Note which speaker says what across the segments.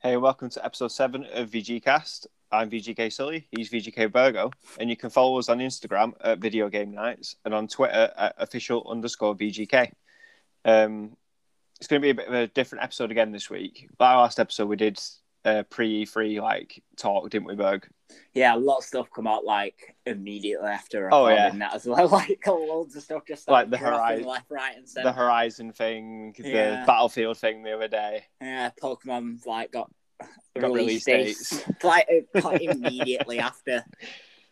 Speaker 1: Hey, and welcome to episode seven of VGCast. I'm VGK Sully, he's VGK Virgo, and you can follow us on Instagram at Video Game Nights and on Twitter at official underscore VGK. Um, it's going to be a bit of a different episode again this week. Our last episode we did uh, pre E3 like talk, didn't we, Berg?
Speaker 2: Yeah, a lot of stuff come out like immediately after
Speaker 1: Oh,
Speaker 2: recording that as well. Like loads of stuff just
Speaker 1: Like
Speaker 2: like
Speaker 1: the Horizon-
Speaker 2: left, right, and
Speaker 1: the
Speaker 2: center.
Speaker 1: Horizon thing, the
Speaker 2: Yeah.
Speaker 1: Battlefield thing the other day.
Speaker 2: yeah, Pokemon like got,
Speaker 1: Got release
Speaker 2: release dates, like uh, quite immediately after.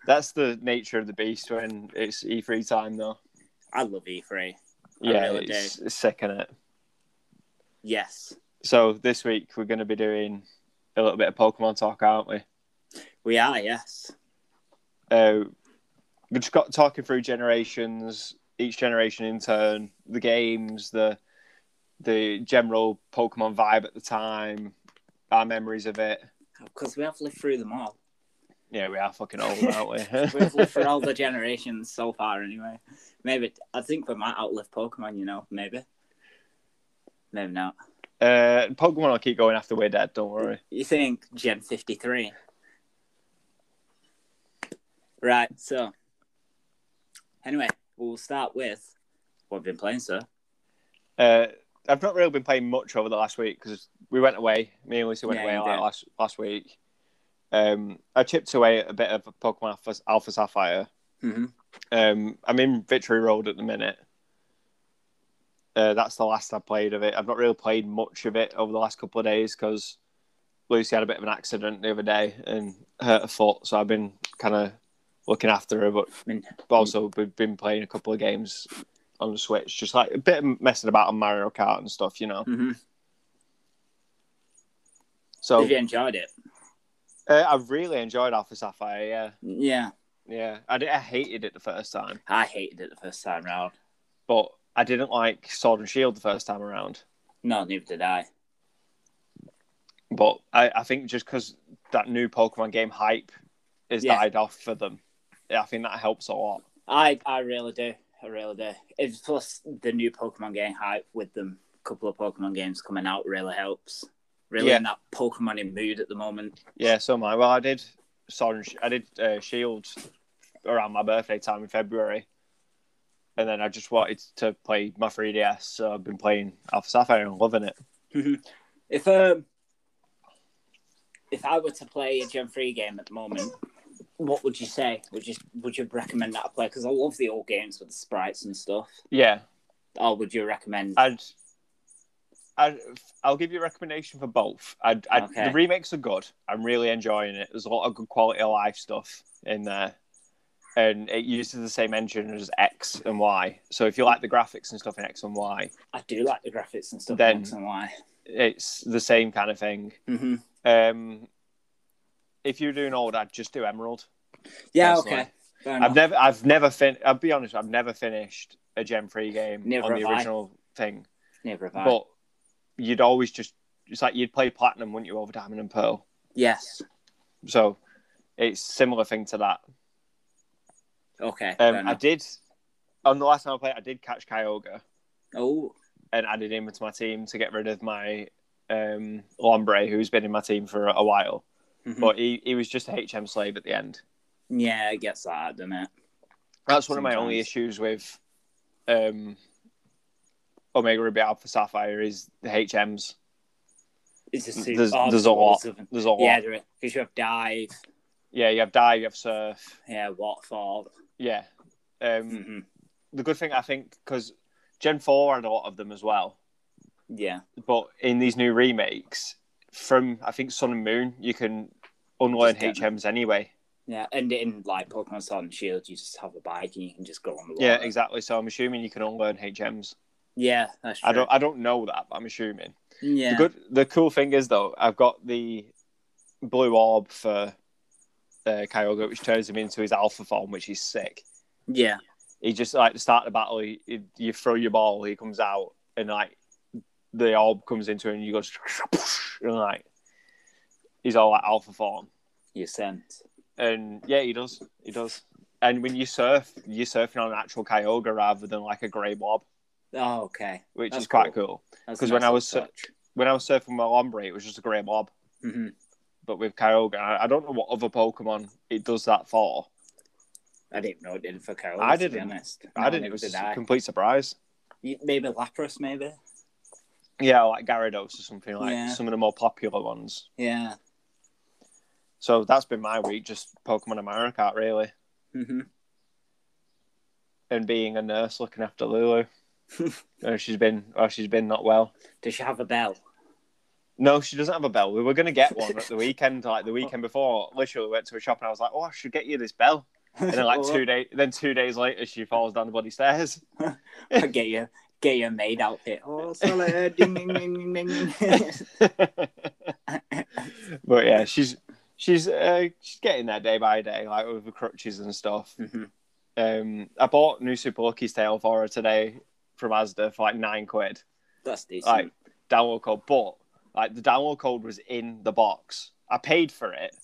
Speaker 1: That's the nature of the beast when it's E3 time, though.
Speaker 2: I love E E3. I
Speaker 1: Yeah,
Speaker 2: really
Speaker 1: it's, it's sick, is it?
Speaker 2: Yes,
Speaker 1: So this week we're going to be doing a little bit of Pokemon talk, aren't we?
Speaker 2: we are. Yes,
Speaker 1: Uh, we just got talking through generations, each generation in turn, the games, the the general Pokemon vibe at the time, our memories of it.
Speaker 2: because we have lived through them all.
Speaker 1: Yeah, we are fucking old, aren't
Speaker 2: We've
Speaker 1: we?
Speaker 2: lived through all the generations so far, anyway. Maybe I think we might outlive Pokemon. You know, maybe, maybe not.
Speaker 1: uh, Pokemon will keep going after we're dead. Don't worry.
Speaker 2: You think Gen 53? Right, so. Anyway, we'll start with what we've been playing, sir.
Speaker 1: Uh, I've not really been playing much over the last week because we went away. Me and Lucy went
Speaker 2: Yeah,
Speaker 1: away
Speaker 2: you
Speaker 1: like,
Speaker 2: did.
Speaker 1: last last week. Um, I chipped away at a bit of Pokemon Alpha, Alpha Sapphire.
Speaker 2: Mm-hmm.
Speaker 1: Um, I'm in Victory Road at the minute. Uh, that's the last I played of it. I've not really played much of it over the last couple of days because Lucy had a bit of an accident the other day and hurt her foot, so I've been kind of looking after her. But
Speaker 2: mean-
Speaker 1: also, we've been playing a couple of games on the Switch, just like a bit of messing about on Mario Kart and stuff, you know.
Speaker 2: Mm-hmm.
Speaker 1: So
Speaker 2: Have you enjoyed it?
Speaker 1: uh, I really enjoyed Alpha Sapphire. Yeah,
Speaker 2: Yeah.
Speaker 1: yeah. I, did, I hated it the first time,
Speaker 2: I hated it the first time round.
Speaker 1: but I didn't like Sword and Shield the first time around.
Speaker 2: No, neither did I.
Speaker 1: But I, I think just because that new Pokemon game hype has
Speaker 2: Yeah.
Speaker 1: died off for them, I think that helps a lot.
Speaker 2: I, I really do. I really do. It's plus the new Pokemon game hype with them. A couple of Pokemon games coming out really helps. Really
Speaker 1: Yeah.
Speaker 2: in that Pokemon in mood at the moment.
Speaker 1: Yeah, so am I. Well, I did Sword and Sh- I did uh, Shield around my birthday time in February, and then I just wanted to play my 3DS, so I've been playing Alpha Sapphire and loving it.
Speaker 2: If um, if I were to play a Gen Three game at the moment, what would you say? Would you would you recommend that I play? Because I love the old games with the sprites and stuff.
Speaker 1: Yeah,
Speaker 2: Or would you recommend?
Speaker 1: I'd. I'd, I'll give you a recommendation for both. I'd, I'd,
Speaker 2: Okay.
Speaker 1: The remakes are good. I'm really enjoying it. There's a lot of good quality of life stuff in there. And it uses the same engine as X and Y. So if you like the graphics and stuff in X and Y,
Speaker 2: I do like the graphics and stuff.
Speaker 1: Then-
Speaker 2: Then, and why?
Speaker 1: it's the same kind of thing.
Speaker 2: hmm
Speaker 1: Um, if you're doing old, I'd just do Emerald.
Speaker 2: Yeah.
Speaker 1: Personally.
Speaker 2: Okay. Fair
Speaker 1: I've
Speaker 2: enough.
Speaker 1: never, I've never fin. I'll be honest, I've never finished a Gen Three game
Speaker 2: Never
Speaker 1: on the
Speaker 2: have I.
Speaker 1: original thing.
Speaker 2: Never have I.
Speaker 1: But you'd always just, it's like you'd play Platinum, wouldn't you, over Diamond and Pearl?
Speaker 2: yes.
Speaker 1: So it's similar thing to that.
Speaker 2: Okay. fair
Speaker 1: Um, I
Speaker 2: enough.
Speaker 1: did on the last time I played, I did catch Kyogre
Speaker 2: Oh,
Speaker 1: and added him into my team to get rid of my um, Lombre, who's been in my team for a while.
Speaker 2: mhm.
Speaker 1: But he, he was just a HM slave at the end.
Speaker 2: yeah, it gets that, doesn't it?
Speaker 1: That's one of my only
Speaker 2: Sometimes.
Speaker 1: issues with um, Omega Ruby Alpha Sapphire is the HMs.
Speaker 2: It's just too-
Speaker 1: Mm, There's-
Speaker 2: oh,
Speaker 1: there's a lot.
Speaker 2: loads of them.
Speaker 1: There's a lot.
Speaker 2: Yeah,
Speaker 1: Yeah,
Speaker 2: because you have dive,
Speaker 1: you have Dive, you have Surf.
Speaker 2: yeah, waterfall.
Speaker 1: Yeah. Um,
Speaker 2: hmm
Speaker 1: The good thing I think because Gen Four had a lot of them as well.
Speaker 2: Yeah.
Speaker 1: but in these new remakes from I think Sun and Moon, you can unlearn
Speaker 2: Just get
Speaker 1: HMs anyway.
Speaker 2: Yeah, and in like Pokemon Sword and Shield, you just have a bike and you can just go on the water.
Speaker 1: Yeah, exactly. So I'm assuming you can unlearn HMs.
Speaker 2: Yeah, that's true.
Speaker 1: I don't I don't know that, but I'm assuming.
Speaker 2: yeah,
Speaker 1: The good the cool thing is though, I've got the blue orb for uh, Kyogre, which turns him into his alpha form, which is sick.
Speaker 2: yeah,
Speaker 1: He just like to start the battle, he, he- you throw your ball, he comes out, and like the orb comes into him, and you go and like he's all like alpha form.
Speaker 2: you sent.
Speaker 1: And yeah, he does. He does. And when you surf, you're surfing on an actual Kyogre rather than like a grey blob,
Speaker 2: Oh, okay.
Speaker 1: which
Speaker 2: That's
Speaker 1: is quite cool.
Speaker 2: That's
Speaker 1: 'Cause when
Speaker 2: nice
Speaker 1: I was-
Speaker 2: touch.
Speaker 1: When I was surfing my Lombre, it was just a grey blob.
Speaker 2: hmm
Speaker 1: but with Kyogre, I, I don't know what other Pokemon it does that for.
Speaker 2: I didn't know it did for Carol.
Speaker 1: I
Speaker 2: To
Speaker 1: didn't.
Speaker 2: be honest.
Speaker 1: I didn't. It was
Speaker 2: was
Speaker 1: a complete surprise.
Speaker 2: Maybe Lapras, maybe.
Speaker 1: Yeah, like Gyarados or something like
Speaker 2: Yeah.
Speaker 1: some of the more popular ones.
Speaker 2: Yeah.
Speaker 1: So that's been my week, just Pokemon and Mario Kart really,
Speaker 2: hmm
Speaker 1: and being a nurse looking after Lulu. Uh, she's been, oh, she's been not well.
Speaker 2: Does she have a bell?
Speaker 1: No, she doesn't have a bell. We were gonna get one at the weekend, like the weekend before. Literally went to a shop and I was like, "Oh, I should get you this bell." And then like two days, then two days later, she falls down the bloody stairs.
Speaker 2: I Oh, get you, get your maid outfit. Oh, sorry. ding, ding, ding, ding, ding.
Speaker 1: but yeah, she's she's uh, she's getting there day by day, like with the crutches and stuff.
Speaker 2: Mhm.
Speaker 1: Um, I bought new Super Lucky's Tale for her today from Asda for like nine quid
Speaker 2: That's decent.
Speaker 1: like download code, but like the download code was in the box. I paid for it,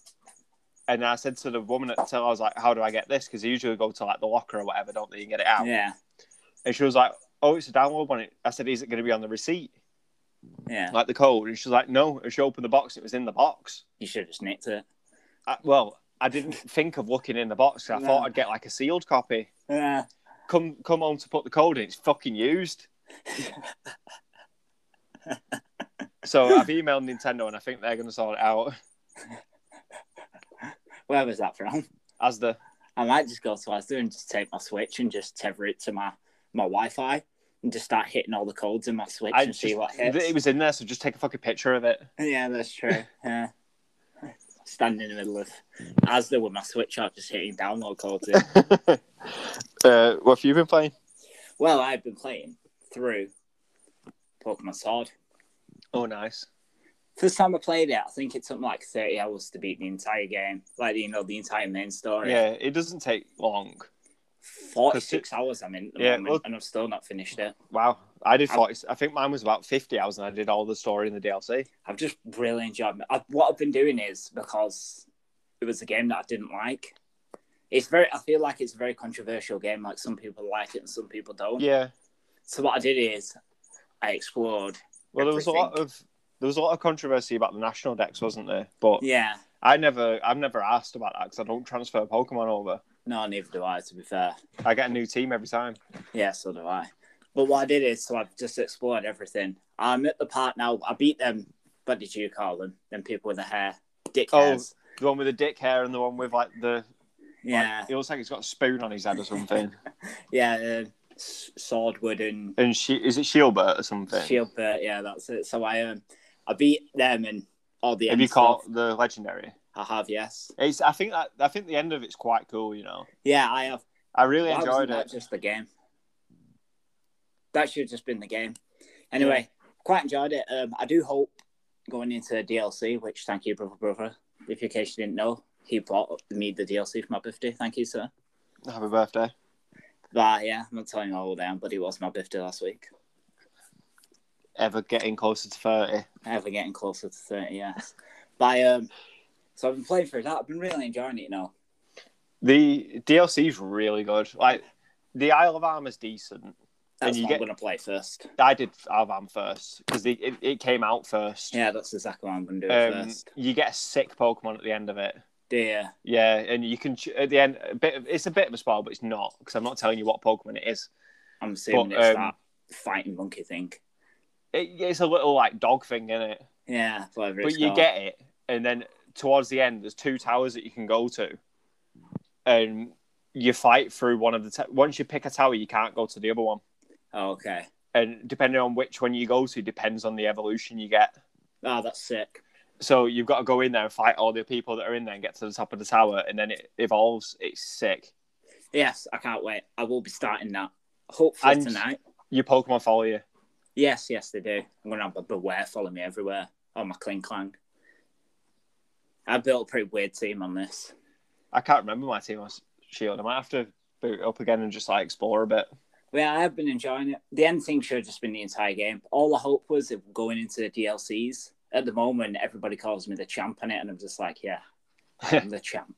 Speaker 1: and I said to the woman at the till, I was like, "How do I get this?" Because they usually go to like the locker or whatever, don't they? You get it out,
Speaker 2: yeah,
Speaker 1: and she was like, "Oh, it's a download one." I said, "Is it going to be on the receipt,
Speaker 2: yeah.
Speaker 1: like the code?" And she was like, "No." And she opened the box; it was in the box.
Speaker 2: You should have just nicked it.
Speaker 1: I, well, I didn't think of looking in the box. 'cause I
Speaker 2: No.
Speaker 1: thought I'd get like a sealed copy.
Speaker 2: Yeah.
Speaker 1: Come, come home to put the code in. It's fucking used. so I've emailed Nintendo, and I think they're going to sort it out.
Speaker 2: Where was that from?
Speaker 1: as the
Speaker 2: I might just go to Asda and just take my Switch and just tether it to my my Wi-Fi and just start hitting all the codes in my Switch
Speaker 1: I
Speaker 2: and see
Speaker 1: just-
Speaker 2: what hits.
Speaker 1: it was in there, so just take a fucking picture of it.
Speaker 2: Yeah, that's true. Yeah. Standing in the middle of Asda with my Switch out, just hitting download codes. in.
Speaker 1: Uh, what have you been playing?
Speaker 2: well, I've been playing through Pokemon Sword.
Speaker 1: Oh, nice.
Speaker 2: First time I played it, I think it took me like 30 hours to beat the entire game. Like, you know, the entire main story.
Speaker 1: Yeah, it doesn't take long.
Speaker 2: 46 hours I'm in at the
Speaker 1: Yeah,
Speaker 2: moment,
Speaker 1: well-
Speaker 2: and I've still not finished it.
Speaker 1: Wow, I did
Speaker 2: I-
Speaker 1: forty. I think mine was about fifty hours, and I did all the story in the DLC.
Speaker 2: I've just really enjoyed it. I, what I've been doing is because it was a game that I didn't like. It's very, I feel like it's a very controversial game. Like, some people like it and some people don't.
Speaker 1: Yeah,
Speaker 2: So what I did is I explored.
Speaker 1: well, there was a lot of there was a lot of controversy about the national decks, wasn't there? But
Speaker 2: Yeah.
Speaker 1: I never, I've never asked about that because I don't transfer Pokemon over.
Speaker 2: No, neither do I, to be fair.
Speaker 1: I get a new team every time.
Speaker 2: Yeah, so do I. But what I did is, so I've just explored everything. I'm at the part now. I beat them. What did you call them? Them people with the hair. Dickheads.
Speaker 1: The one with the dick hair and the one with like the
Speaker 2: yeah.
Speaker 1: Like, it looks like he's got a spoon on his head or something.
Speaker 2: Yeah. Uh, S- Swordwood and
Speaker 1: and she is it Shieldbert or something?
Speaker 2: Shieldbert. Yeah, that's it. So I um, I beat them and all the
Speaker 1: Have
Speaker 2: end
Speaker 1: you caught
Speaker 2: stuff.
Speaker 1: the legendary?
Speaker 2: I have, yes.
Speaker 1: It's. I think. That, I think the end of it's quite cool. You know.
Speaker 2: Yeah, I have.
Speaker 1: I really
Speaker 2: Why wasn't
Speaker 1: enjoyed
Speaker 2: that
Speaker 1: it.
Speaker 2: just the game? That should have just been the game. Anyway, quite enjoyed it. Um, I do hope going into DLC, which thank you, brother, brother. If in case you didn't know, he bought me the DLC for my birthday. Thank you, sir.
Speaker 1: Happy birthday.
Speaker 2: But yeah, I'm not telling you how old I am, but it was my birthday last week.
Speaker 1: Ever getting closer to thirty?
Speaker 2: Ever getting closer to 30, yes. But um, so I've been playing through that. I've been really enjoying it, you know.
Speaker 1: The DLC's really good. Like the Isle of Arm is decent.
Speaker 2: That's
Speaker 1: you
Speaker 2: what
Speaker 1: get-
Speaker 2: I'm going to play first.
Speaker 1: I did Isle of Arm first because it, it came out first.
Speaker 2: Yeah, that's exactly what I'm going to do
Speaker 1: Um,
Speaker 2: first.
Speaker 1: you get a sick Pokemon at the end of it.
Speaker 2: Dear.
Speaker 1: Yeah, and you can ch- at the end. A bit. Of, it's a bit of a spoil, but it's not because I'm not telling you what Pokemon it is.
Speaker 2: I'm assuming
Speaker 1: But,
Speaker 2: it's
Speaker 1: um,
Speaker 2: that fighting monkey thing.
Speaker 1: It, it's a little like dog thing, isn't it?
Speaker 2: Yeah, whatever
Speaker 1: but
Speaker 2: it's
Speaker 1: you
Speaker 2: called.
Speaker 1: get it, and then towards the end, there's two towers that you can go to, and you fight through one of the. T- Once you pick a tower, you can't go to the other one,
Speaker 2: Oh, okay.
Speaker 1: and depending on which one you go to, depends on the evolution you get.
Speaker 2: Oh, that's sick.
Speaker 1: So you've got to go in there and fight all the people that are in there and get to the top of the tower, and then it evolves. It's sick.
Speaker 2: Yes, I can't wait. I will be starting that hopefully
Speaker 1: And-
Speaker 2: tonight.
Speaker 1: Your Pokemon follow you.
Speaker 2: Yes, yes, they do. I'm gonna have a beware follow me everywhere on my cling clang. I built a pretty weird team on this.
Speaker 1: I can't remember my team on S- Shield. I might have to boot it up again and just like explore a bit.
Speaker 2: Well, I have been enjoying it. The end thing should have just been the entire game. All I hope was if going into the DLCs. At the moment, everybody calls me the champ on it, and I'm just like, yeah, I'm the champ.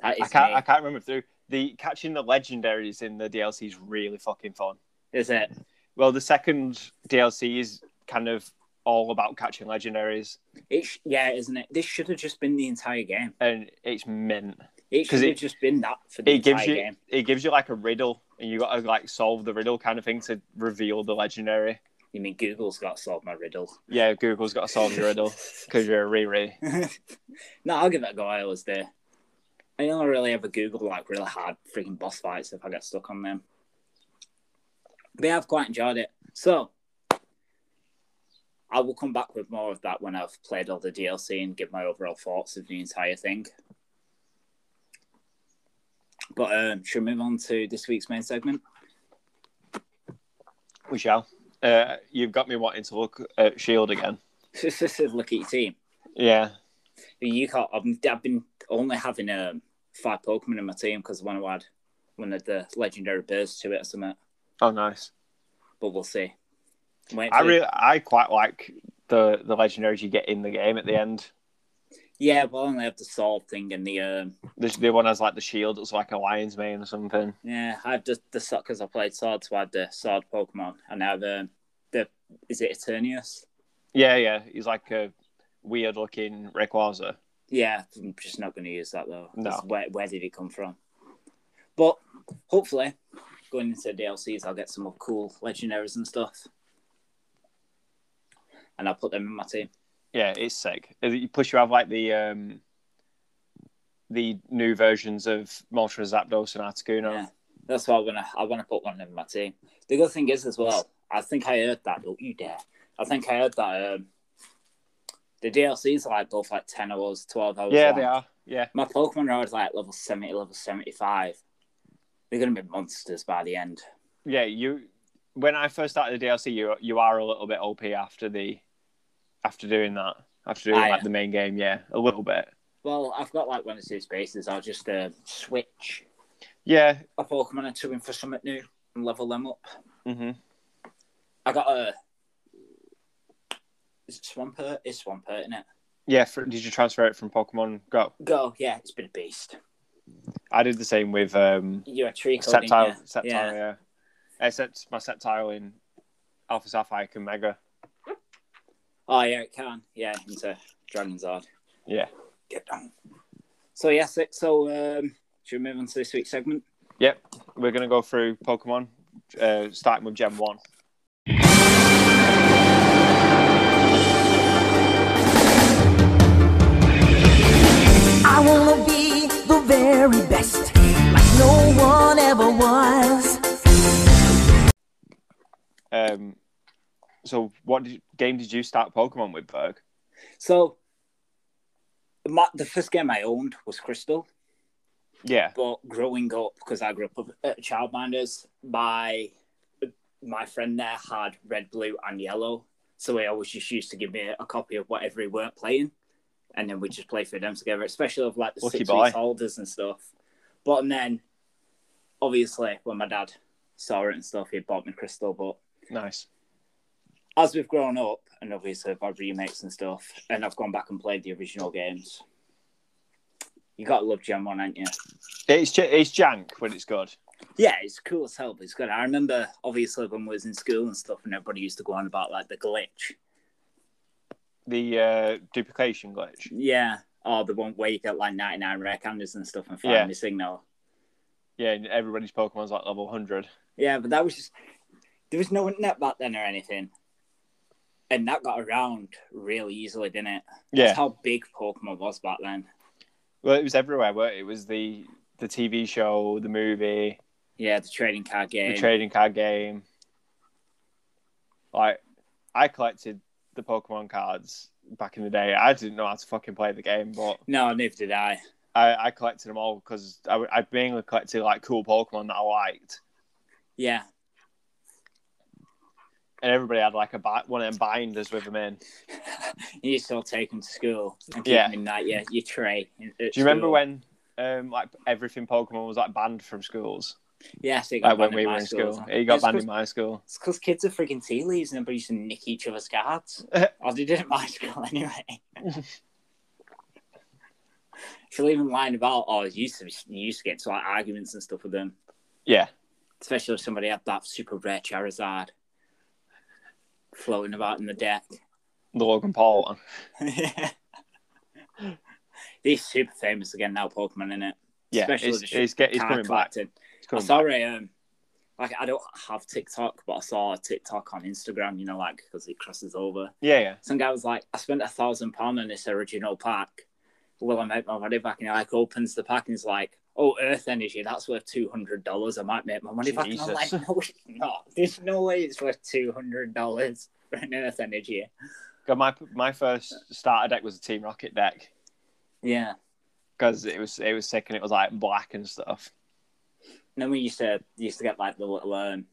Speaker 2: That
Speaker 1: I
Speaker 2: is
Speaker 1: can't.
Speaker 2: me.
Speaker 1: I can't remember through the catching the legendaries in the DLC is really fucking fun.
Speaker 2: Is it?
Speaker 1: Well, the second DLC is kind of all about catching legendaries,
Speaker 2: It's yeah, isn't it? This should have just been the entire game.
Speaker 1: and it's mint.
Speaker 2: It
Speaker 1: 'Cause
Speaker 2: should have
Speaker 1: it-
Speaker 2: just been that for the
Speaker 1: It
Speaker 2: entire
Speaker 1: gives you
Speaker 2: game.
Speaker 1: it gives you like a riddle, and you got to like solve the riddle kind of thing to reveal the legendary.
Speaker 2: You mean Google's got to solve my riddle?
Speaker 1: Yeah, Google's got to solve your riddle because you're a Riri.
Speaker 2: no, I'll give it a go. I always do. I don't really ever Google like really hard freaking boss fights if I get stuck on them. But yeah, I've quite enjoyed it. So I will come back with more of that when I've played all the DLC and give my overall thoughts of the entire thing. But um, should we move on to this week's main segment?
Speaker 1: We shall. Uh, you've got me wanting to look at Shield E again.
Speaker 2: Look at your team.
Speaker 1: Yeah,
Speaker 2: You can't. I've, I've been only having um, five Pokemon in my team because one I had one of the legendary birds to it or something.
Speaker 1: Oh, nice.
Speaker 2: But we'll see. Wait
Speaker 1: I
Speaker 2: till-
Speaker 1: really, I quite like the the legendaries you get in the game at the end.
Speaker 2: yeah, well, I only have the sword thing and the um,
Speaker 1: The, the one has like the shield that's like a lion's mane or something.
Speaker 2: yeah. I have the the sword because I played sword, so I had the sword Pokemon, and I have um, the is it Eternius?
Speaker 1: Yeah, yeah. He's like a weird looking Rayquaza.
Speaker 2: Yeah, I'm just not going to use that though.
Speaker 1: No.
Speaker 2: 'cause Where where did he come from? But hopefully, going into DLCs, I'll get some more cool legendaries and stuff, and I'll put them in my team.
Speaker 1: Yeah, it's sick. Uh, You push you have like the um the new versions of Moltres, Zapdos, and Articuno.
Speaker 2: Yeah. That's why I wanna I wanna put one in my team. The good thing is as well, I think I heard that, don't you dare. I think I heard that um the DLCs are like both like ten hours, twelve hours.
Speaker 1: Yeah,
Speaker 2: long.
Speaker 1: they are. Yeah,
Speaker 2: My Pokemon are always like level seventy, level seventy five. They're gonna be monsters by the end.
Speaker 1: yeah. You when I first started the DLC, you you are a little bit OP after the after doing that after doing
Speaker 2: Ah,
Speaker 1: like
Speaker 2: yeah.
Speaker 1: the main game. Yeah, a little bit.
Speaker 2: Well, I've got like one or two spaces, I'll just uh, switch
Speaker 1: Yeah.
Speaker 2: a Pokemon or two in for something new and level them up.
Speaker 1: hmm
Speaker 2: I got a is it Swampert? It's Swampert, isn't it?
Speaker 1: Yeah. For, did you transfer it from Pokemon Go?
Speaker 2: Go, yeah, it's been a beast.
Speaker 1: I did the same with um,
Speaker 2: You're a tree
Speaker 1: Septile. Septile. Yeah. Except my Septile in Alpha Sapphire and Mega.
Speaker 2: Oh yeah, it can. Yeah, into Dragon's Zard.
Speaker 1: Yeah.
Speaker 2: Get down. So yes, it- so um, should we move on to this week's segment?
Speaker 1: We're gonna go through Pokemon, uh, starting with Gen One.
Speaker 3: I wanna be the very best, like no one ever was.
Speaker 1: Um, so, what did, game did you start Pokemon with, Berg?
Speaker 2: So my, the first game I owned was Crystal,
Speaker 1: Yeah.
Speaker 2: but growing up because I grew up at Childminders, my my friend there had red, blue, and yellow, so he always just used to give me a copy of whatever he weren't playing, and then we just play through them together, especially of like the
Speaker 1: Lucky
Speaker 2: six
Speaker 1: boy.
Speaker 2: weeks holders and stuff. But and then, obviously, when my dad saw it and stuff, he bought me Crystal, but
Speaker 1: Nice.
Speaker 2: as we've grown up, and obviously I've had remakes and stuff, and I've gone back and played the original games. You gotta love Gen One, ain't you?
Speaker 1: It's j- it's jank, but it's good.
Speaker 2: Yeah, it's cool as hell. But it's good. I remember obviously when I was in school and stuff, and everybody used to go on about like the glitch.
Speaker 1: The uh, duplication glitch.
Speaker 2: Yeah, or the one where you get like ninety nine rare candies and stuff and find
Speaker 1: Yeah.
Speaker 2: the signal.
Speaker 1: Yeah, and everybody's Pokemon's like level hundred.
Speaker 2: Yeah, but that was just there was no internet back then or anything, and that got around really easily, didn't it?
Speaker 1: Yeah.
Speaker 2: That's how big Pokemon was back then.
Speaker 1: Well, it was everywhere. Weren't it? it was the the TV show, the movie,
Speaker 2: Yeah, the trading card game.
Speaker 1: the trading card game. Like, I collected the Pokemon cards back in the day. I didn't know how to fucking play the game, but
Speaker 2: no, neither did I.
Speaker 1: I, I collected them all because I, w- I mainly collected like cool Pokemon that I liked,
Speaker 2: Yeah,
Speaker 1: and everybody had like a bi- one of them binders with them in.
Speaker 2: you still take them to school and keep
Speaker 1: Yeah.
Speaker 2: them in that your, your tray. Do
Speaker 1: Do you remember when um like everything Pokemon was like banned from schools?
Speaker 2: Yes, it
Speaker 1: Like
Speaker 2: got
Speaker 1: when
Speaker 2: banned
Speaker 1: we
Speaker 2: in
Speaker 1: were
Speaker 2: my
Speaker 1: in school,
Speaker 2: schools.
Speaker 1: it got
Speaker 2: It's
Speaker 1: banned
Speaker 2: 'cause-
Speaker 1: in my school.
Speaker 2: It's because kids are freaking tea leaves and everybody used to nick each other's Oh, cards. I did it at my school anyway. She'll even lying about, oh, you used to, you used to get into like arguments and stuff with them,
Speaker 1: Yeah,
Speaker 2: especially if somebody had that super rare Charizard floating about in the deck.
Speaker 1: the Logan Paul one.
Speaker 2: He's super famous again now, Pokemon, isn't it?
Speaker 1: Yeah,
Speaker 2: Especially
Speaker 1: it's,
Speaker 2: the
Speaker 1: it's,
Speaker 2: shit
Speaker 1: get, it's coming back. It's
Speaker 2: I
Speaker 1: coming
Speaker 2: saw a um, like I don't have TikTok, but I saw a TikTok on Instagram. You know, like because it crosses over.
Speaker 1: Yeah, yeah.
Speaker 2: Some guy was like, "I spent a thousand pound on this original pack. Will I make my money back?" And he like opens the pack and he's like, "Oh, Earth Energy, that's worth two hundred dollars. I might make my money back." And I'm like,
Speaker 1: Jesus.
Speaker 2: "No, it's not. There's no way it's worth two hundred dollars for an Earth Energy."
Speaker 1: God, my my first starter deck was a Team Rocket deck
Speaker 2: Yeah.
Speaker 1: because it was it was sick and it was like black and stuff.
Speaker 2: And then we used to used to get like the little um,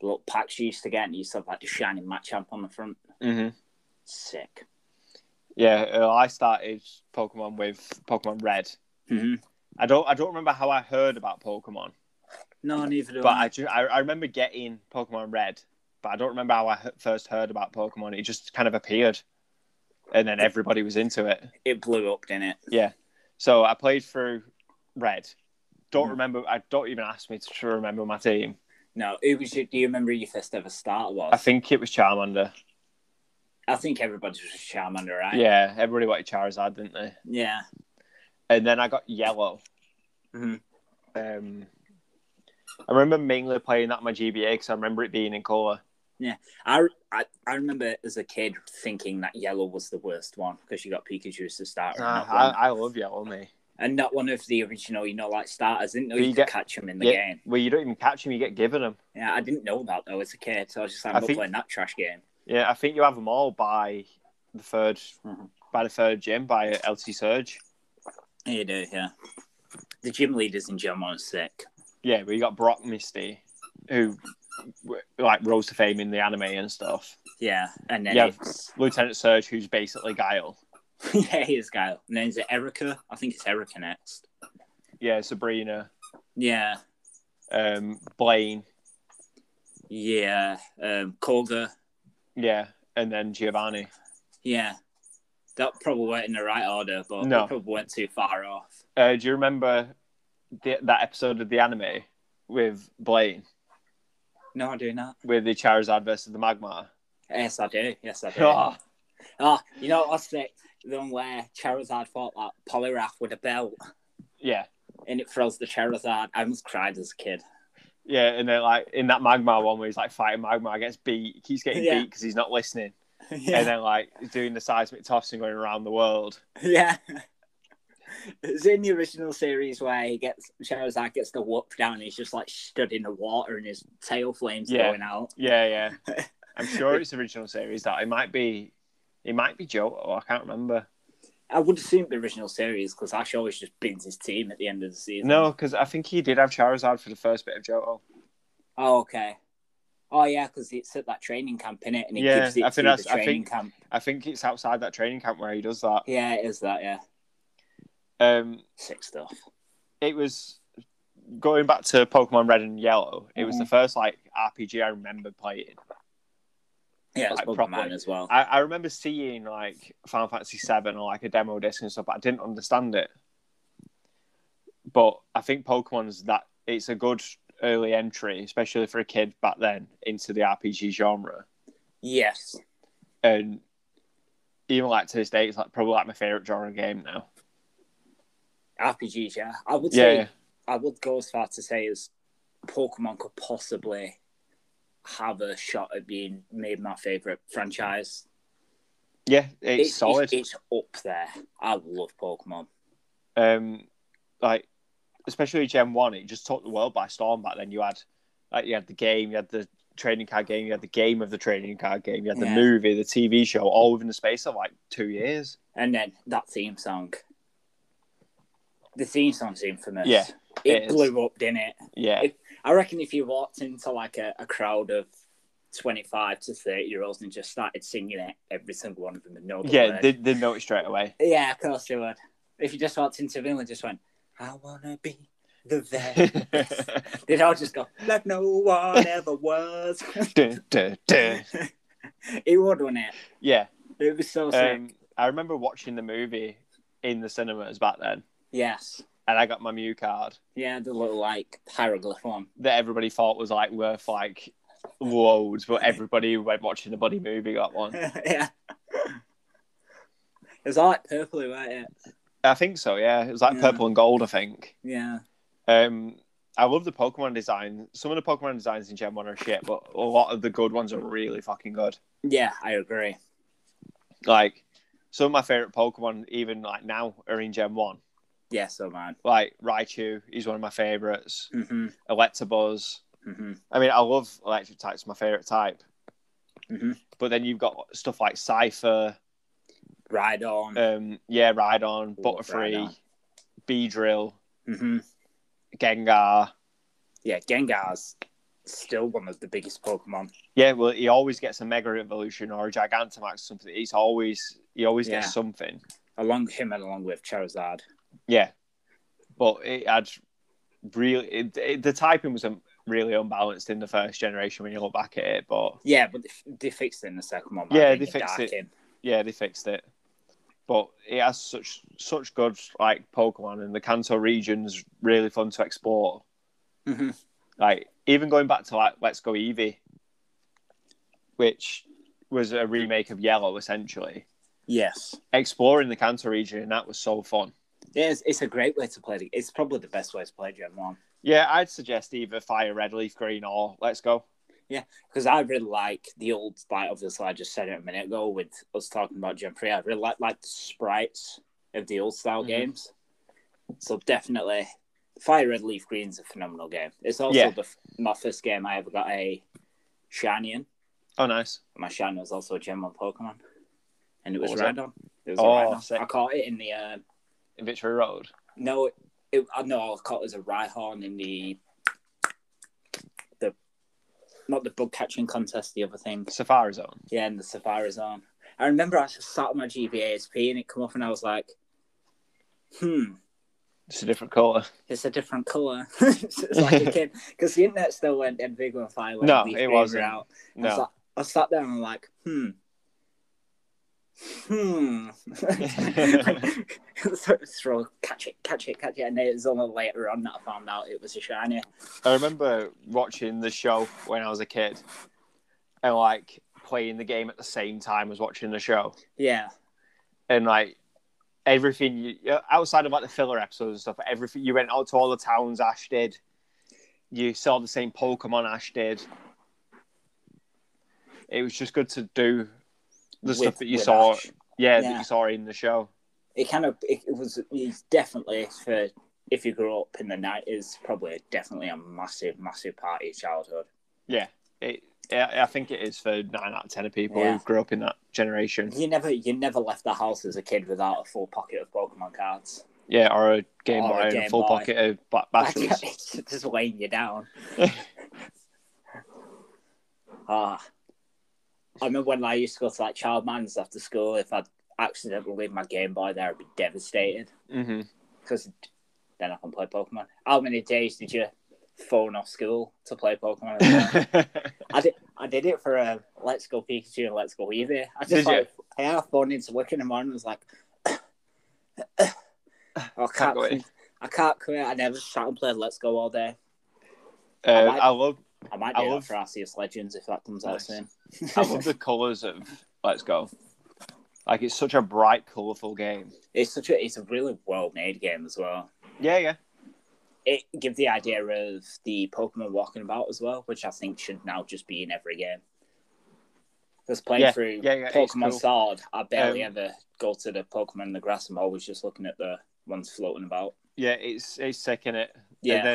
Speaker 2: the little packs you used to get, and you used to have like the shining Machamp on the front.
Speaker 1: Mm-hmm.
Speaker 2: Sick.
Speaker 1: Yeah, uh, I started Pokemon with Pokemon Red. Mm-hmm.
Speaker 2: hmm
Speaker 1: I don't I don't remember how I heard about Pokemon,
Speaker 2: No, neither do
Speaker 1: but I, ju- I I remember getting Pokemon Red, but I don't remember how I he- first heard about Pokemon. It just kind of appeared, and then everybody was into it.
Speaker 2: it blew up, didn't it?
Speaker 1: So I played through Red. Don't
Speaker 2: Hmm.
Speaker 1: remember. I don't even ask me to tr- remember my team.
Speaker 2: No, it was. your- Do you remember your first ever start was?
Speaker 1: I think it was Charmander.
Speaker 2: I think everybody was a Charmander, right?
Speaker 1: Yeah, everybody wanted Charizard, didn't they?
Speaker 2: Yeah.
Speaker 1: And then I got Yellow.
Speaker 2: Mhm.
Speaker 1: Um, I remember mainly playing that on my GBA because I remember it being in color.
Speaker 2: I, I I remember as a kid thinking that yellow was the worst one because you got Pikachu as the starter, and, not
Speaker 1: Ah, I,
Speaker 2: one,
Speaker 1: I love Yellow, me.
Speaker 2: and not one of the original, you know, like starters. Didn't know
Speaker 1: You
Speaker 2: you, could
Speaker 1: get-
Speaker 2: catch them in the
Speaker 1: Yeah.
Speaker 2: game.
Speaker 1: Well, you don't even catch him; you get given them.
Speaker 2: Yeah, I didn't know that though as a kid, so I was just like,
Speaker 1: I
Speaker 2: I'm not
Speaker 1: think-
Speaker 2: playing that trash game.
Speaker 1: Yeah, I think you have them all by the 3rd
Speaker 2: Mhm.
Speaker 1: by the third gym by LT Surge.
Speaker 2: You do, yeah. The gym leaders in Gen One are sick.
Speaker 1: Yeah, but you got Brock Misty, who w- like rose to fame in the anime and stuff.
Speaker 2: Yeah, and then
Speaker 1: Yeah.
Speaker 2: it's
Speaker 1: Lieutenant Surge, who's basically Guile.
Speaker 2: yeah, here's Guile. And then is it Erica? I think it's Erica next.
Speaker 1: Yeah, Sabrina,
Speaker 2: Yeah,
Speaker 1: um, Blaine.
Speaker 2: yeah. Um, Colga.
Speaker 1: Yeah, and then Giovanni.
Speaker 2: Yeah, that probably weren't in the right order, but
Speaker 1: No.
Speaker 2: we probably weren't too far off.
Speaker 1: Uh, do you remember the, that episode of the anime with Blaine,
Speaker 2: No, I do not.
Speaker 1: with the Charizard versus the Magmar?
Speaker 2: Yes, I do. Yes, I do.
Speaker 1: Oh,
Speaker 2: oh. you know what's sick? The one where Charizard fought that Poliwrath with a belt,
Speaker 1: yeah,
Speaker 2: and it froze the Charizard. I almost cried as a kid.
Speaker 1: yeah. And then like in that Magmar one where he's like fighting Magmar, gets beat, keeps getting beat
Speaker 2: Yeah.
Speaker 1: 'cause beat because he's not listening, and
Speaker 2: yeah,
Speaker 1: then like he's doing the seismic toss and going around the world.
Speaker 2: yeah. It's in the original series where he gets Charizard gets the whoop down. And he's just like stood in the water, and his tail flames
Speaker 1: Yeah.
Speaker 2: going out.
Speaker 1: Yeah, yeah. I'm sure it's original series that it might be, it might be Joe. I can't remember.
Speaker 2: I would assume the original series because Ash always just bins his team at the end of the season.
Speaker 1: No, because I think he did have Charizard for the first bit of Johto.
Speaker 2: Oh, okay. Oh, yeah, because it's at that training camp, innit? And it
Speaker 1: Yeah,
Speaker 2: gives it
Speaker 1: I
Speaker 2: I
Speaker 1: think
Speaker 2: to the
Speaker 1: that's- I
Speaker 2: training
Speaker 1: think-
Speaker 2: camp.
Speaker 1: I think it's outside that training camp where he does that.
Speaker 2: Yeah, it is that, yeah.
Speaker 1: Um,
Speaker 2: Sick stuff.
Speaker 1: it was going back to Pokemon Red and Yellow. It
Speaker 2: Mm-hmm.
Speaker 1: was the first like RPG I remember playing.
Speaker 2: Yeah, it's Uh,
Speaker 1: Like,
Speaker 2: Pokemon
Speaker 1: properly.
Speaker 2: as well.
Speaker 1: I, I remember seeing like Final Fantasy Seven or like a demo disc and stuff, but I didn't understand it. But I think Pokemon's that it's a good early entry, especially for a kid back then into the RPG genre.
Speaker 2: yes.
Speaker 1: And even like to this day, it's like probably like my favorite genre game now.
Speaker 2: RPGs, yeah. I would
Speaker 1: Yeah,
Speaker 2: say,
Speaker 1: yeah,
Speaker 2: I would go as far to say as Pokemon could possibly have a shot at being made my favourite franchise.
Speaker 1: yeah it's, solid.
Speaker 2: It's, up there. I love Pokemon.
Speaker 1: um, like especially Gen One, it just took the world by storm. Back then, you had like you had the game, you had the trading card game, you had the game of the trading card game, you had the
Speaker 2: Yeah.
Speaker 1: movie, the TV show, all within the space of like two years.
Speaker 2: And then that theme song. The theme song's infamous.
Speaker 1: Yeah, it
Speaker 2: It
Speaker 1: is.
Speaker 2: blew up, didn't it?
Speaker 1: Yeah,
Speaker 2: It- I reckon if you walked into like a, a crowd of 25 to 30 year olds and just started singing it, every single one of them would know. The
Speaker 1: yeah,
Speaker 2: word.
Speaker 1: they they know it straight away.
Speaker 2: yeah, of course they would. If you just walked into a room and just went, I wanna be the very best," they'd all just go, like no one ever was.
Speaker 1: Duh, duh, duh.
Speaker 2: it would, wouldn't it?
Speaker 1: Yeah,
Speaker 2: It was so sick.
Speaker 1: um, I remember watching the movie in the cinemas back then,
Speaker 2: yes.
Speaker 1: and I got my Mew card
Speaker 2: Yeah, the little like hieroglyph one.
Speaker 1: that everybody thought was like worth like loads, but everybody who went watching the buddy movie got one.
Speaker 2: yeah. It's all like purpley, weren't it?
Speaker 1: I think so. Yeah, it was like
Speaker 2: Yeah.
Speaker 1: purple and gold. I think.
Speaker 2: Yeah.
Speaker 1: Um, I love the Pokemon design. Some of the Pokemon designs in Gen One are shit, but a lot of the good ones are really fucking good.
Speaker 2: Yeah, I agree.
Speaker 1: Like some of my favorite Pokemon, even like now, are in Gen One.
Speaker 2: Yeah, so man.
Speaker 1: Like Raichu, he's one of my favorites.
Speaker 2: Mm-hmm.
Speaker 1: Electabuzz.
Speaker 2: Mm-hmm.
Speaker 1: I mean, I love electric types. My favorite type.
Speaker 2: Mhm.
Speaker 1: But then you've got stuff like Cipher,
Speaker 2: Ride on.
Speaker 1: um, yeah, Rhydon,
Speaker 2: Ooh,
Speaker 1: Butterfree,
Speaker 2: Rhydon.
Speaker 1: Beedrill,
Speaker 2: mm-hmm.
Speaker 1: Gengar.
Speaker 2: Yeah, Gengar's still one of the biggest Pokemon.
Speaker 1: Yeah, well, he always gets a Mega Evolution or a Gigantamax. Something. He's always he always
Speaker 2: Yeah.
Speaker 1: gets something.
Speaker 2: Along him and along with Charizard.
Speaker 1: Yeah, but it had really it, it- the typing was um, really unbalanced in the first generation when you look back at it. But
Speaker 2: Yeah, but they, f- they fixed it in the second one.
Speaker 1: Yeah, they fixed it. yeah, they fixed it. But it has such such good like Pokemon, and the Kanto region's really fun to explore. Mm-hmm.
Speaker 2: hmm
Speaker 1: like even going back to like Let's Go Eevee, which was a remake of Yellow essentially.
Speaker 2: Yes.
Speaker 1: Exploring the Kanto region and that was so fun.
Speaker 2: Yeah, it's, it's a great way to play. The, it's probably the best way to play Gen 1.
Speaker 1: Yeah, I'd suggest either Fire Red, Leaf Green, or Let's Go.
Speaker 2: because I really like the old, like obviously I just said it a minute ago with us talking about Gen Three. I really like like the sprites of the old style
Speaker 1: Mhm.
Speaker 2: games. So definitely, Fire Red Leaf Green's a phenomenal game. It's also
Speaker 1: Yeah.
Speaker 2: the f- my first game I ever got a shiny in.
Speaker 1: Oh, nice.
Speaker 2: My shiny was also a Gen One Pokemon, and it was
Speaker 1: What was that?
Speaker 2: Rhydon. It was
Speaker 1: Oh,
Speaker 2: a Rhydon.
Speaker 1: sick.
Speaker 2: I caught it in the uh,
Speaker 1: Victory Road.
Speaker 2: no, it, it, I know I caught it as a Rhyhorn in the the not the bug catching contest, the other thing.
Speaker 1: Safari Zone.
Speaker 2: Yeah, and the Safari Zone. I remember I just sat on my GVASP and it come up and I was like, hmm,
Speaker 1: It's a different colour.
Speaker 2: it's a different colour. it's like a kid. Because the internet still went not big when fire went
Speaker 1: No,
Speaker 2: Leaf
Speaker 1: it
Speaker 2: Green
Speaker 1: wasn't.
Speaker 2: were out. I, was
Speaker 1: No.
Speaker 2: like, I sat there and I'm like, hmm. Hmm. so, throw, catch it, catch it, catch it. And it was only later on that I found out it was a shiny.
Speaker 1: I remember watching the show when I was a kid and like playing the game at the same time as watching the show.
Speaker 2: Yeah.
Speaker 1: and like everything you yeah, outside of like the filler episodes and stuff, everything you went out to all the towns Ash did. You saw the same Pokemon Ash did. It was just good to do the
Speaker 2: with-
Speaker 1: stuff that you
Speaker 2: with
Speaker 1: saw,
Speaker 2: Ash.
Speaker 1: yeah,
Speaker 2: Yeah.
Speaker 1: that you saw in the show.
Speaker 2: it kind of it, it was it's definitely for if you grew up in the nineties, probably definitely a massive, massive part of your childhood.
Speaker 1: Yeah, it. I I think it is for nine out of ten of people
Speaker 2: Yeah.
Speaker 1: who grew up in that generation.
Speaker 2: You never you never left the house as a kid without a full pocket of Pokemon cards.
Speaker 1: Yeah, or a Game
Speaker 2: Or a
Speaker 1: Boy and
Speaker 2: Game
Speaker 1: a full
Speaker 2: Boy.
Speaker 1: pocket of ba-
Speaker 2: Like,
Speaker 1: batteries.
Speaker 2: it's just weighing you down. ah. I remember when I used to go to like child man's after school, if I'd accidentally leave my Game Boy there, I'd be devastated.
Speaker 1: hmm
Speaker 2: Because then I can play Pokemon. How many days did you phone off school to play Pokemon? I did. I did it for um, Let's Go Pikachu and Let's Go Eevee. I
Speaker 1: Did
Speaker 2: just like I had phone into work in the morning. and Was like, I can't.
Speaker 1: go in.
Speaker 2: com- I can't commit. I never sat and played Let's Go all day.
Speaker 1: uh,
Speaker 2: like-
Speaker 1: I love
Speaker 2: I might
Speaker 1: I
Speaker 2: do that
Speaker 1: love-
Speaker 2: for Arceus Legends if that comes out
Speaker 1: Nice.
Speaker 2: soon.
Speaker 1: I love the colours of Let's Go. Like it's such a bright, colourful game.
Speaker 2: It's such a. It's a really well made game as well.
Speaker 1: Yeah, yeah.
Speaker 2: It gives the idea of the Pokemon walking about as well, which I think should now just be in every game. Because playing
Speaker 1: Yeah,
Speaker 2: through
Speaker 1: yeah, yeah, it's
Speaker 2: Pokemon
Speaker 1: cool.
Speaker 2: Sword, I barely
Speaker 1: Um,
Speaker 2: ever go to the Pokemon in the grass. I'm always just looking at the ones floating about.
Speaker 1: Yeah, it's it's sick in it.
Speaker 2: Yeah.
Speaker 1: And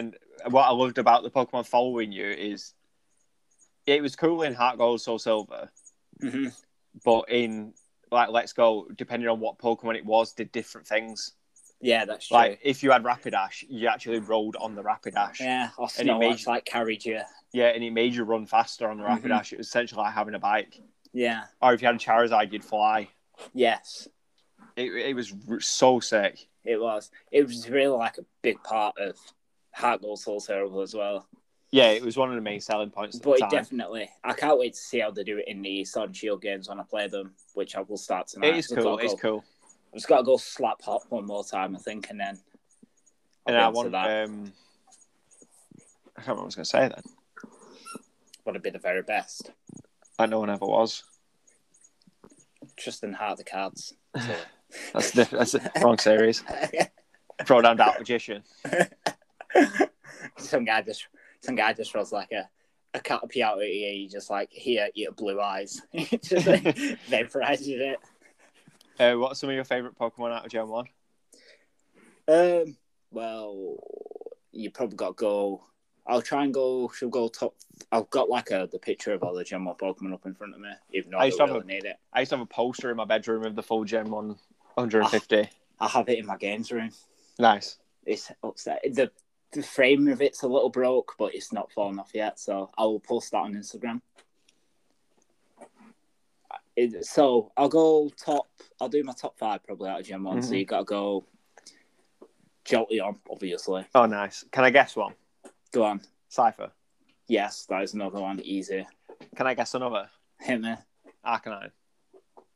Speaker 1: then what I loved about the Pokemon following you is it was cool in Heart Gold Soul Silver,
Speaker 2: hmm
Speaker 1: but in like Let's Go, depending on what Pokemon it was, did different things.
Speaker 2: Yeah, that's true.
Speaker 1: Like if you had Rapidash, you actually rolled on the Rapidash.
Speaker 2: yeah, or
Speaker 1: and it
Speaker 2: Snorlax
Speaker 1: made-
Speaker 2: like carried you.
Speaker 1: yeah, and it made you run faster on the
Speaker 2: Mhm.
Speaker 1: Rapidash. It was essentially like having a bike.
Speaker 2: Yeah.
Speaker 1: Or if you had Charizard, you'd fly.
Speaker 2: Yes,
Speaker 1: It, it was r- so sick.
Speaker 2: it was. It was really like a big part of Heart Gold Soul Terrible as well.
Speaker 1: Yeah, it was one of the main selling points. At
Speaker 2: But
Speaker 1: the
Speaker 2: it
Speaker 1: time.
Speaker 2: definitely, I can't wait to see how they do it in the Sun and Shield games when I play them, which I will start tonight.
Speaker 1: It is
Speaker 2: I've gotta
Speaker 1: cool. It's
Speaker 2: go-
Speaker 1: cool.
Speaker 2: I've just got to go slap hop one more time, I think, and then.
Speaker 1: And
Speaker 2: I'll be
Speaker 1: I
Speaker 2: onto
Speaker 1: want.
Speaker 2: that.
Speaker 1: Um, I can't remember what I was going to say then.
Speaker 2: Would have been the very best.
Speaker 1: Like no one ever was.
Speaker 2: Just in Heart of the Cards. So,
Speaker 1: That's the that's the wrong series. Throw down Dark Magician.
Speaker 2: some guy just some guy just rolls like a a caterpillar out of your ear. You just like here, you have blue eyes. just like, vaporizes it.
Speaker 1: Uh, what are some of your favourite Pokemon out of Gen 1?
Speaker 2: Um, well, you probably got to go. I'll try and go. She'll go top. I've got like a the picture of all the Gen One Pokemon up in front of me. Even though
Speaker 1: I
Speaker 2: I
Speaker 1: used
Speaker 2: don't
Speaker 1: to have
Speaker 2: really need it,
Speaker 1: I used to have a poster in my bedroom of the full Gen 1 150.
Speaker 2: I have it in my games room.
Speaker 1: Nice.
Speaker 2: It's upset. The the frame of it's a little broke, but it's not fallen off yet. So I will post that on Instagram. It- so I'll go top. I'll do my top five probably out of Gen One. So
Speaker 1: Mhm.
Speaker 2: you got to go. Jolteon, obviously.
Speaker 1: Oh, nice. Can I guess one?
Speaker 2: Go on.
Speaker 1: Cypher.
Speaker 2: Yes, that is another one. Easy.
Speaker 1: Can I guess another?
Speaker 2: Hit me.
Speaker 1: Arcanine.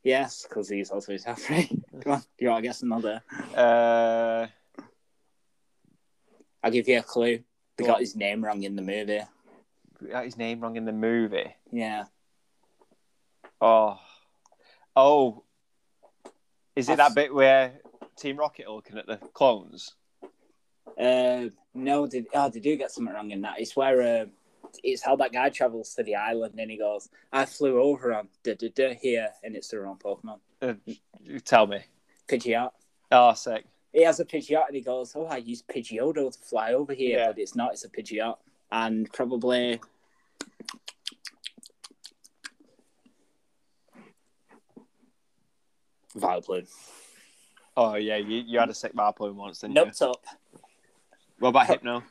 Speaker 2: Yes, because he's also his halfway. Come on, you are guess another.
Speaker 1: Uh,
Speaker 2: I'll give you a clue. They
Speaker 1: Go on.
Speaker 2: got his name wrong in the movie.
Speaker 1: got his name wrong in the movie.
Speaker 2: Yeah.
Speaker 1: Oh. Oh. Is it
Speaker 2: That's-
Speaker 1: that bit where Team Rocket are looking at the clones?
Speaker 2: Uh, no, did oh, they do get something wrong in that. It's where uh, it's how that guy travels to the island and he goes, "I flew over on da da da here," and it's the wrong Pokemon.
Speaker 1: Uh, you tell me.
Speaker 2: Pidgeot.
Speaker 1: Oh, sick.
Speaker 2: He has a Pidgeot and he goes, "Oh, I used Pidgeotto to fly over here,"
Speaker 1: Yeah.
Speaker 2: but it's not. It's a Pidgeot, and probably. Vileplume.
Speaker 1: Oh, yeah. You, you had a sick Marplume once, didn't you?
Speaker 2: Nope, up.
Speaker 1: What about Hypno?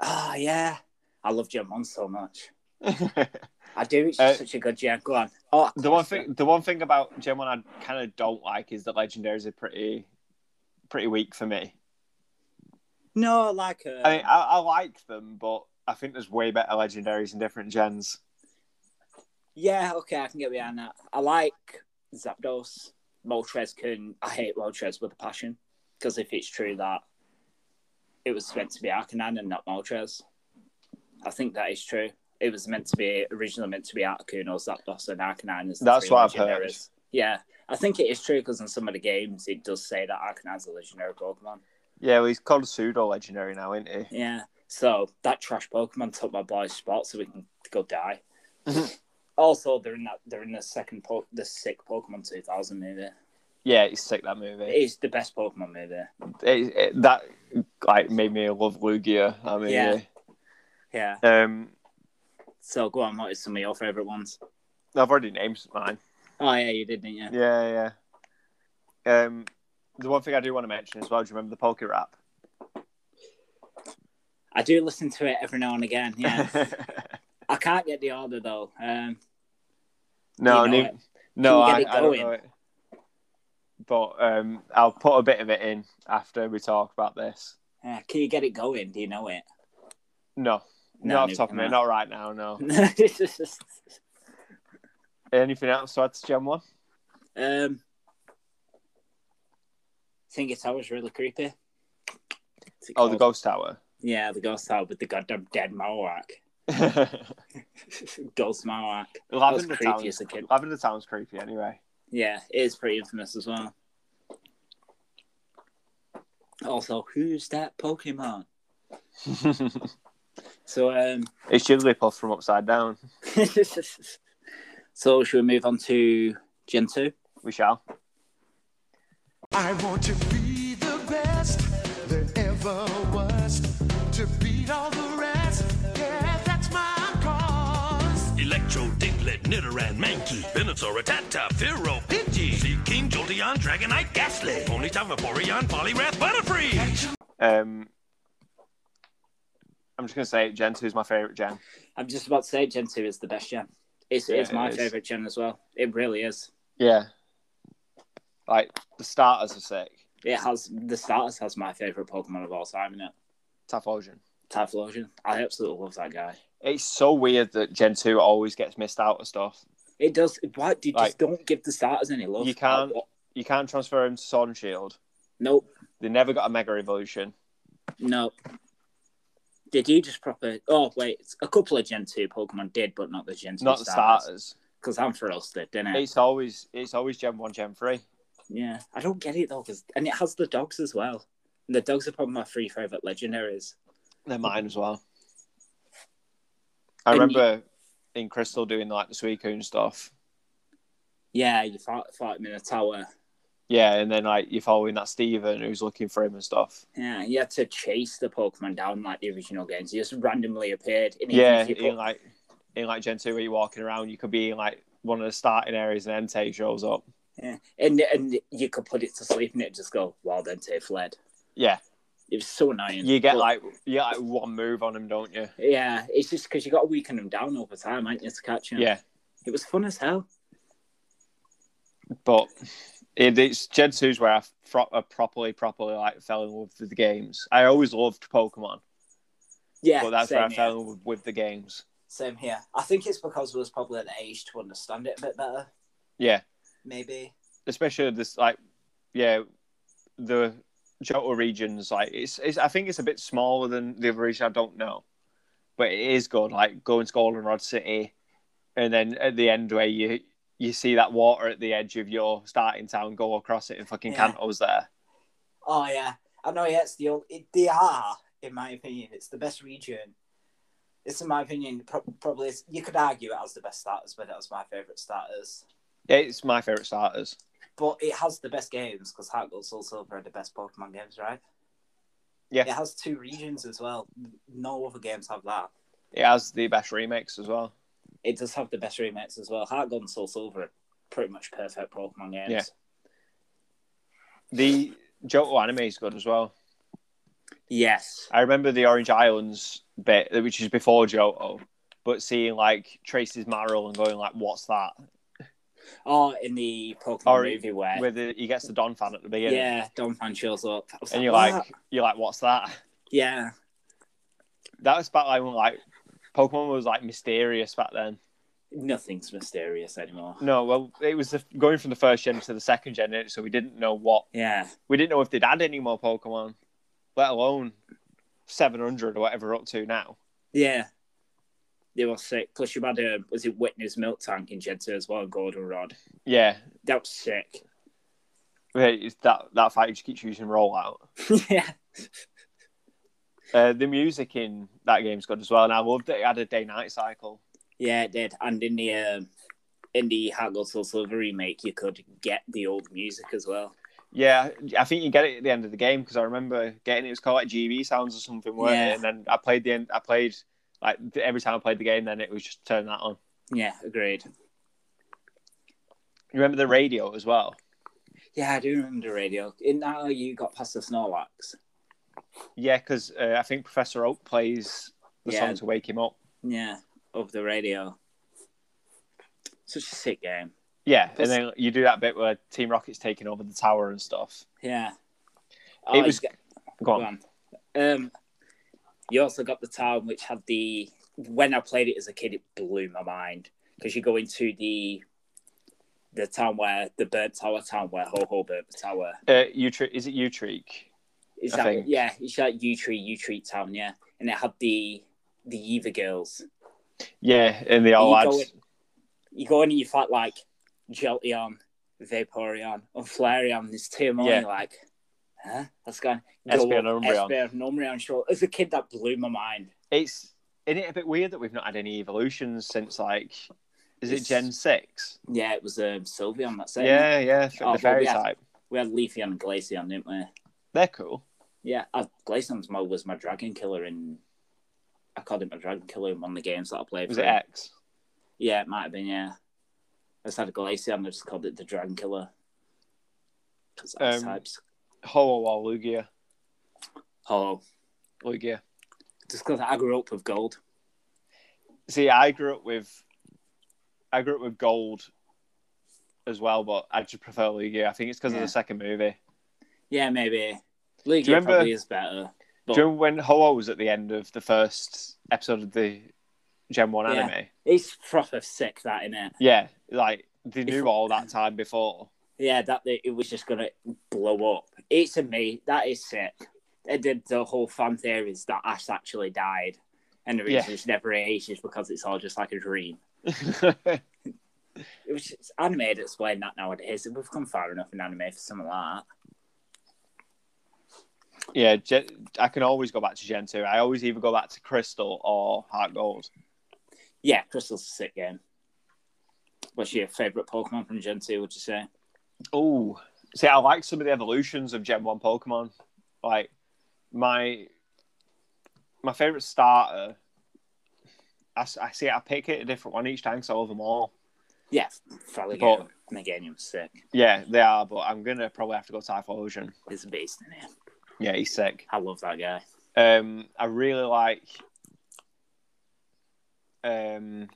Speaker 2: Oh, yeah. I love Gen 1 so much. I do. It's
Speaker 1: Uh,
Speaker 2: such a good Gen. Go on. Oh,
Speaker 1: the one thing the one thing about Gen 1 I kind of don't like is that legendaries are pretty pretty weak for me.
Speaker 2: No, like. Uh,
Speaker 1: I mean, I, I like them, but I think there's way better legendaries in different gens.
Speaker 2: yeah, okay, I can get behind that. I like Zapdos. Moltres can. I hate Moltres with a passion. Because if it's true that it was meant to be Arcanine and not Moltres, I think that is true. It was meant to be originally meant to be Articuno, Zapdos, and Arcanine. Is the
Speaker 1: That's
Speaker 2: three
Speaker 1: what I've heard.
Speaker 2: legendaries. Yeah, I think it is true because in some of the games it does say that Arcanine's a legendary Pokemon.
Speaker 1: Yeah, well, he's called a pseudo legendary now, isn't he?
Speaker 2: Yeah. So that trash Pokemon took my boy's spot, so we can go die. Mm-hmm. also, they're in that they're in the second po- the sick Pokemon 2000 movie.
Speaker 1: Yeah, it's sick that
Speaker 2: It
Speaker 1: movie.
Speaker 2: is the best Pokemon movie.
Speaker 1: It, it- that like made me love Lugia. I mean,
Speaker 2: Yeah.
Speaker 1: yeah.
Speaker 2: Yeah.
Speaker 1: Um,
Speaker 2: So go on, what is some of your favorite ones?
Speaker 1: I've already named mine.
Speaker 2: Oh yeah, you did, didn't you?
Speaker 1: Yeah, yeah. Um, the one thing I do want to mention as well, do you remember the Poker Rap?
Speaker 2: I do listen to it every now and again. Yeah. I can't get the order though. Um,
Speaker 1: no,
Speaker 2: You know
Speaker 1: ne-
Speaker 2: it.
Speaker 1: no,
Speaker 2: Can
Speaker 1: I,
Speaker 2: you get it
Speaker 1: I don't
Speaker 2: going?
Speaker 1: know it. But um, I'll put a bit of it in after we talk about this.
Speaker 2: uh, can you get it going? Do you know it?
Speaker 1: No,
Speaker 2: No,
Speaker 1: not off
Speaker 2: neither
Speaker 1: the top of
Speaker 2: can I.
Speaker 1: me, not right now. No.
Speaker 2: It's just-
Speaker 1: Anything else to add to Gen One?
Speaker 2: um, I think it's always really creepy. What's it
Speaker 1: Oh, the
Speaker 2: called?
Speaker 1: Ghost Tower.
Speaker 2: Yeah, the ghost tower with the goddamn dead Marowak. Ghost Marowak. That was
Speaker 1: Lavender
Speaker 2: creepy
Speaker 1: Town's
Speaker 2: as a kid.
Speaker 1: Lavender Town's creepy anyway.
Speaker 2: Yeah, it is pretty infamous as well. Also, who's that Pokemon? So, um,
Speaker 1: it's Jigglypuff from Upside Down.
Speaker 2: so should we move on to Gen 2?
Speaker 1: We shall.
Speaker 4: I want to be the best there ever was. To beat all the rest, yeah, that's my cause.
Speaker 5: Electro, Diglett, Nidoran, Mankey, Venusaur, Rattata, Firo, Pidgey, Seeking, Jolteon, Dragonite, Ghastly, Ponyta, Vaporeon, Poliwrath, Butterfree!
Speaker 1: Um, I'm just gonna say Gen Two is my favorite Gen.
Speaker 2: I'm just about to say Gen 2 is the best Gen. It's,
Speaker 1: Yeah,
Speaker 2: it's
Speaker 1: it
Speaker 2: my
Speaker 1: is.
Speaker 2: favourite Gen as well. It really is.
Speaker 1: Yeah. Like the starters are sick.
Speaker 2: It has the starters has my favourite Pokemon of all time in it.
Speaker 1: Typhlosion.
Speaker 2: Typhlosion. I absolutely love that guy.
Speaker 1: It's so weird that Gen Two always gets missed out of stuff.
Speaker 2: It does. Why do you
Speaker 1: Like,
Speaker 2: just don't give the starters any love?
Speaker 1: you can't-
Speaker 2: Uh,
Speaker 1: You can't transfer him to Sword and Shield.
Speaker 2: Nope.
Speaker 1: They never got a Mega Evolution.
Speaker 2: Nope. Did you just proper? Oh wait, it's a couple of Gen two Pokemon did, but not the Gen two
Speaker 1: Not the starters.
Speaker 2: Because Ampharos did, didn't it?
Speaker 1: It's always it's always Gen One, Gen Three.
Speaker 2: Yeah, I don't get it though, 'cause- and it has the dogs as well. And the dogs are probably my three favorite legendaries.
Speaker 1: They're mine as well. I
Speaker 2: And you-
Speaker 1: remember in Crystal doing like the Suicune stuff.
Speaker 2: Yeah, you fight, fight him in a tower.
Speaker 1: Yeah, and then like you're following that Steven who's looking for him and stuff.
Speaker 2: Yeah, you had to chase the Pokemon down like the original games. He just randomly appeared. And even
Speaker 1: Yeah,
Speaker 2: if you put-
Speaker 1: in like in like Gen 2 where you're walking around, you could be in like one of the starting areas and Entei shows up.
Speaker 2: yeah. And and you could put it to sleep and it just go wild Entei fled.
Speaker 1: Yeah.
Speaker 2: It was so annoying.
Speaker 1: You get
Speaker 2: But-
Speaker 1: like you get like one move on him, don't you?
Speaker 2: yeah, it's just because you got to weaken them down over time, ain't you, to catch them?
Speaker 1: Yeah.
Speaker 2: it was fun as hell.
Speaker 1: But it, it's Gen 2's where I, fro- I properly, properly like fell in love with the games. I always loved Pokemon,
Speaker 2: Yeah,
Speaker 1: but that's
Speaker 2: same
Speaker 1: where I
Speaker 2: here.
Speaker 1: fell in love with the games.
Speaker 2: Same here. I think it's because we was probably at the age to understand it a bit better,
Speaker 1: Yeah.
Speaker 2: maybe.
Speaker 1: especially this like yeah the Johto regions like it's, it's I think it's a bit smaller than the other region I don't know but it is good like going to Golden Rod City and then at the end where you you see that water at the edge of your starting town go across it and fucking
Speaker 2: Yeah.
Speaker 1: Kanto's there
Speaker 2: Oh yeah, I know. Yeah, it's the old. It, they are, in my opinion, it's the best region. It's in my opinion, pro- probably is, you could argue it has the best starters, but it was my favorite starters.
Speaker 1: yeah, it's my favourite starters
Speaker 2: But it has the best games because Heart Gold Soul Silver are the best Pokemon games, right?
Speaker 1: Yeah.
Speaker 2: It has two regions as well. No other games have that.
Speaker 1: it has the best remakes as well
Speaker 2: It does have the best remakes as well. Heart Gold and Soul Silver are pretty much perfect Pokemon games.
Speaker 1: Yeah. the Johto anime is good as well
Speaker 2: Yes.
Speaker 1: I remember the Orange Islands bit, which is before Johto, but seeing like Tracy's Marrow and going like, "What's that?"
Speaker 2: Or in the Pokemon
Speaker 1: Or-
Speaker 2: movie where,
Speaker 1: Where the, he gets the Don fan at the
Speaker 2: yeah,
Speaker 1: beginning,
Speaker 2: yeah Donphan shows up. I was
Speaker 1: and you're
Speaker 2: "What?"
Speaker 1: like, "You're like, what's that?"
Speaker 2: yeah.
Speaker 1: That was back like when like Pokemon was like mysterious back then.
Speaker 2: nothing's mysterious anymore.
Speaker 1: No, well, it was the, going from the first gen to the second gen, innit? so we didn't know what
Speaker 2: Yeah,
Speaker 1: we didn't know if they'd add any more Pokemon, let alone seven hundred or whatever we're up to now.
Speaker 2: yeah. They were sick. Plus, you had a was it Whitney's milk tank in Gen 2 as well, Gordon Rod.
Speaker 1: Yeah,
Speaker 2: That was sick.
Speaker 1: it's that that fight just keeps using rollout.
Speaker 2: yeah,
Speaker 1: Uh, the music in that game's good as well, and I loved that it had a day-night cycle.
Speaker 2: yeah, it did. And in the um, in the Heart Gold Soul Silver remake, you could get the old music as well.
Speaker 1: Yeah, I think you get it at the end of the game because I remember getting it, it was called like GB sounds or something, weren't
Speaker 2: Yeah.
Speaker 1: it? And then I played the end. I played like th- every time I played the game, then it was just turn that on.
Speaker 2: Yeah, agreed.
Speaker 1: You remember the radio as well?
Speaker 2: Yeah, I do remember the radio. Isn't that how you got past the Snorlax?
Speaker 1: Yeah, because uh, I think Professor Oak plays the
Speaker 2: Yeah.
Speaker 1: song to wake him up.
Speaker 2: Yeah, of the radio. Such a sick game.
Speaker 1: Yeah,
Speaker 2: Plus-
Speaker 1: and then you do that bit where Team Rocket's taking over the tower and stuff.
Speaker 2: Yeah.
Speaker 1: It
Speaker 2: you
Speaker 1: was-
Speaker 2: get-
Speaker 1: Go on.
Speaker 2: Oh, Go on. Um, you also got the town which had the. When I played it as a kid, it blew my mind because you go into the the town where the bird tower town where Ho Ho burnt the tower.
Speaker 1: Uh, Utrecht, is it Utrecht?
Speaker 2: Is
Speaker 1: I
Speaker 2: that
Speaker 1: think.
Speaker 2: yeah? It's like U Tree U Tree town, yeah. And it had the the Eva girls.
Speaker 1: Yeah, and the all
Speaker 2: You
Speaker 1: lads.
Speaker 2: go in- You go in and you fight like Jolteon, Vaporeon, and Flareon. There's two more.
Speaker 1: Yeah.
Speaker 2: And you're like, huh? That's going.
Speaker 1: Espeon and Umbreon.
Speaker 2: Espeon and Umbreon. Sure. As a kid, that blew my mind.
Speaker 1: it's isn't it a bit weird that we've not had any evolutions since like is it
Speaker 2: It's-
Speaker 1: Gen six?
Speaker 2: Yeah, it was um, Sylveon, that's it.
Speaker 1: Yeah, yeah,
Speaker 2: Oh,
Speaker 1: the
Speaker 2: well,
Speaker 1: fairy
Speaker 2: yeah.
Speaker 1: type.
Speaker 2: We had Leafeon and Glaceon, didn't we?
Speaker 1: They're cool.
Speaker 2: Yeah, uh, Glaceon's mod was my dragon killer in... I called him my dragon killer in one of the games that I played.
Speaker 1: Was
Speaker 2: for
Speaker 1: it
Speaker 2: him.
Speaker 1: X?
Speaker 2: Yeah, it might have been, yeah. I just had a Glaceon, I just called it the dragon killer. Because
Speaker 1: Um,
Speaker 2: types.
Speaker 1: Ho or Lugia?
Speaker 2: Oh,
Speaker 1: Lugia.
Speaker 2: just because I grew up with gold.
Speaker 1: See, I grew up with I grew up with gold as well, but I just prefer Lugia. I think it's because of
Speaker 2: Yeah.
Speaker 1: the second movie.
Speaker 2: Yeah, maybe. League
Speaker 1: Do you remember-
Speaker 2: probably is better. But-
Speaker 1: Do you remember when Ho was at the end of the first episode of the Gen One
Speaker 2: Yeah.
Speaker 1: anime?
Speaker 2: It's proper sick, that, innit?
Speaker 1: Yeah, like they
Speaker 2: If-
Speaker 1: knew all that time before.
Speaker 2: Yeah, that that it was just gonna blow up. It's a me. That is sick. It did the whole fan theory is that Ash actually died, and the reason
Speaker 1: Yeah.
Speaker 2: it's never aged is because it's all just like a dream. It which is anime'd explain that nowadays. We've come far enough in anime for something like
Speaker 1: Yeah, Gen- I can always go back to Gen 2. I always either go back to Crystal or Heart Gold.
Speaker 2: that. Yeah, Crystal's a sick game. What's your favourite Pokemon from Gen 2, would you say?
Speaker 1: Oh, see, I like some of the evolutions of Gen 1 Pokemon. Like, my my favorite starter, I, s- I see, I pick it a different one each time because I love them all.
Speaker 2: Yeah, Frolic.
Speaker 1: But-
Speaker 2: Meganium's sick.
Speaker 1: Yeah, they are, but I'm going to probably have to go Typhlosion.
Speaker 2: He's a beast in here.
Speaker 1: Yeah, he's sick.
Speaker 2: I love that guy.
Speaker 1: Um, I really like um,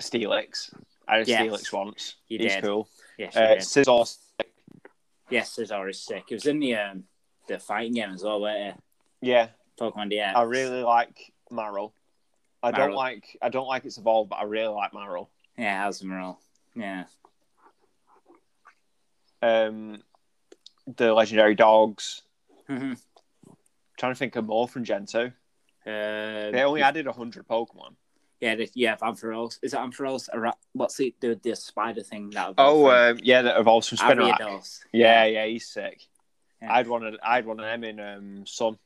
Speaker 1: Steelix. I had a
Speaker 2: Yes.
Speaker 1: Steelix once.
Speaker 2: You
Speaker 1: He's
Speaker 2: did.
Speaker 1: cool.
Speaker 2: Yes,
Speaker 1: Uh,
Speaker 2: he is.
Speaker 1: Scizor,
Speaker 2: yes, Cesar is sick. He was in the um, the fighting game as well, weren't
Speaker 1: yeah,
Speaker 2: he? Pokemon DX.
Speaker 1: I Oh, really like Marl. I don't
Speaker 2: Maril.
Speaker 1: like I don't like its evolved, but I really like Marl.
Speaker 2: Yeah, Azumarill. Yeah.
Speaker 1: Um, the legendary dogs.
Speaker 2: Mhm.
Speaker 1: trying to think of more from Gen 2.
Speaker 2: Uh,
Speaker 1: They only added hundred Pokemon.
Speaker 2: Yeah, the, yeah, Ampharos. Is it Ampharos? Or Ra- what's it? The, the spider thing that.
Speaker 1: Oh, um, yeah, that evolves from Spinarak.
Speaker 2: Ariados.
Speaker 1: Yeah, yeah, he's sick.
Speaker 2: Yeah.
Speaker 1: I'd want to, I'd want them in um, Sun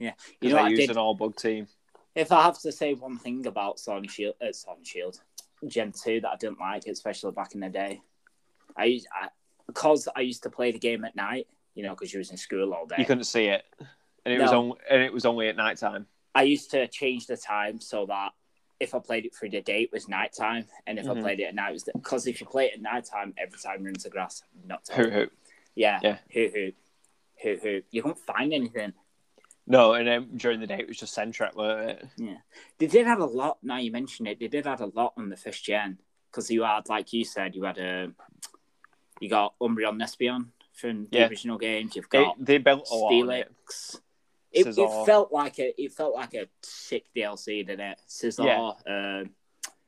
Speaker 2: You
Speaker 1: because
Speaker 2: know,
Speaker 1: they
Speaker 2: what I
Speaker 1: used
Speaker 2: did,
Speaker 1: an all bug team.
Speaker 2: if I have to say one thing about Sword and Shield, uh, Sword and Shield, Gen two that I didn't like, especially back in the day, I, used- I because I used to play the game at night. You know, because you was in school all day.
Speaker 1: You couldn't see it, and it was
Speaker 2: No.
Speaker 1: on, and it was only at night time.
Speaker 2: I used to change the time so that if I played it through the day, it was nighttime, and if I
Speaker 1: Mhm.
Speaker 2: played it at night, it was because if you play it at nighttime, every time you're into grass, not
Speaker 1: Hoot hoot.
Speaker 2: yeah,
Speaker 1: Yeah.
Speaker 2: hoo hoo, hoo hoo. You couldn't find anything.
Speaker 1: No, and then during the day it was just Centret, weren't it?
Speaker 2: They did have a lot. Now you mention it, they did have a lot on the first gen because you had, like you said, you had a, you got Umbreon Nespion from the
Speaker 1: Yeah.
Speaker 2: original games. You've
Speaker 1: They,
Speaker 2: got
Speaker 1: they built a lot. on it.
Speaker 2: Steelix. It, it,
Speaker 1: Scizor.
Speaker 2: felt like a it felt like a sick DLC, didn't it? Scizor, um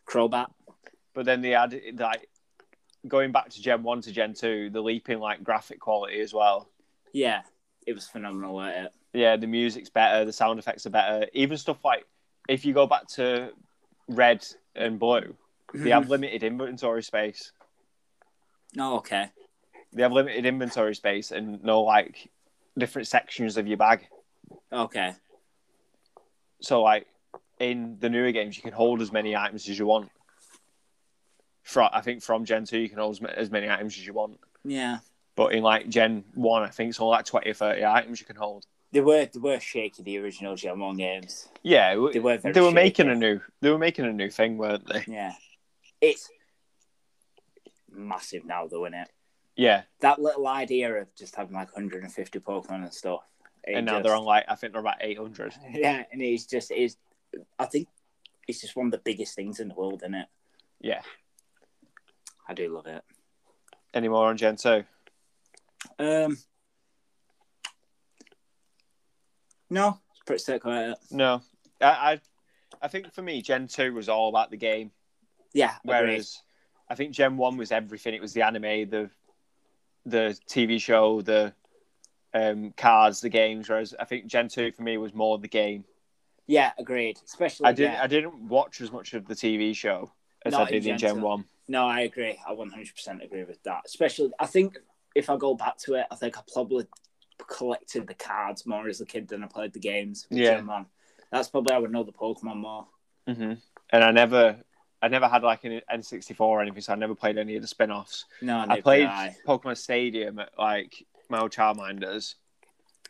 Speaker 2: Crobat.
Speaker 1: But then they had like going back to Gen One to Gen Two, the leap in like graphic quality as well.
Speaker 2: Yeah, it was phenomenal. Wasn't it?
Speaker 1: Yeah, the music's better, the sound effects are better. Even stuff like if you go back to Red and Blue, they have limited inventory space.
Speaker 2: Oh, okay.
Speaker 1: They have limited inventory space and no like different sections of your bag.
Speaker 2: Okay.
Speaker 1: So like in the newer games, you can hold as many items as you want. From I think from Gen Two, you can hold as ma- as many items as you want.
Speaker 2: Yeah.
Speaker 1: But in like Gen One, I think it's only like twenty or thirty items you can hold.
Speaker 2: They were they were shaky the original Gen One games.
Speaker 1: Yeah, w-
Speaker 2: They were very
Speaker 1: they were
Speaker 2: shaky.
Speaker 1: making a new they were making a new thing, weren't they?
Speaker 2: Yeah. It's massive now though, isn't it?
Speaker 1: Yeah,
Speaker 2: That little idea of just having like 150 Pokemon and stuff. it
Speaker 1: and now
Speaker 2: just-
Speaker 1: they're on like I think they're about eight hundred.
Speaker 2: Yeah, and it's just is. I think it's just one of the biggest things in the world, isn't it?
Speaker 1: Yeah,
Speaker 2: I do love it.
Speaker 1: any more on Gen Two?
Speaker 2: Um. No, it's pretty sick about it.
Speaker 1: No, I, I I think for me Gen Two was all about the game,
Speaker 2: Yeah. agreed.
Speaker 1: whereas I think Gen One was everything. It was the anime, the the TV show, the um, cards, the games. Whereas I think Gen Two for me was more the game.
Speaker 2: Yeah, agreed. Especially
Speaker 1: I didn't
Speaker 2: yeah.
Speaker 1: I didn't watch as much of the TV show as
Speaker 2: Not
Speaker 1: I did
Speaker 2: in
Speaker 1: in
Speaker 2: Gen
Speaker 1: Gen
Speaker 2: 2.
Speaker 1: One.
Speaker 2: No, I agree. I 100% agree with that. Especially, I think if I go back to it, I think I probably collected the cards more as a kid than I played the games. with
Speaker 1: Yeah.
Speaker 2: Gen one. That's probably how I know the Pokemon more.
Speaker 1: hmm And I never. I never had like an N64 or anything, so I never played any of the spin offs.
Speaker 2: No,
Speaker 1: I
Speaker 2: neither
Speaker 1: played
Speaker 2: did I.
Speaker 1: Pokemon Stadium at like my old Charminder's.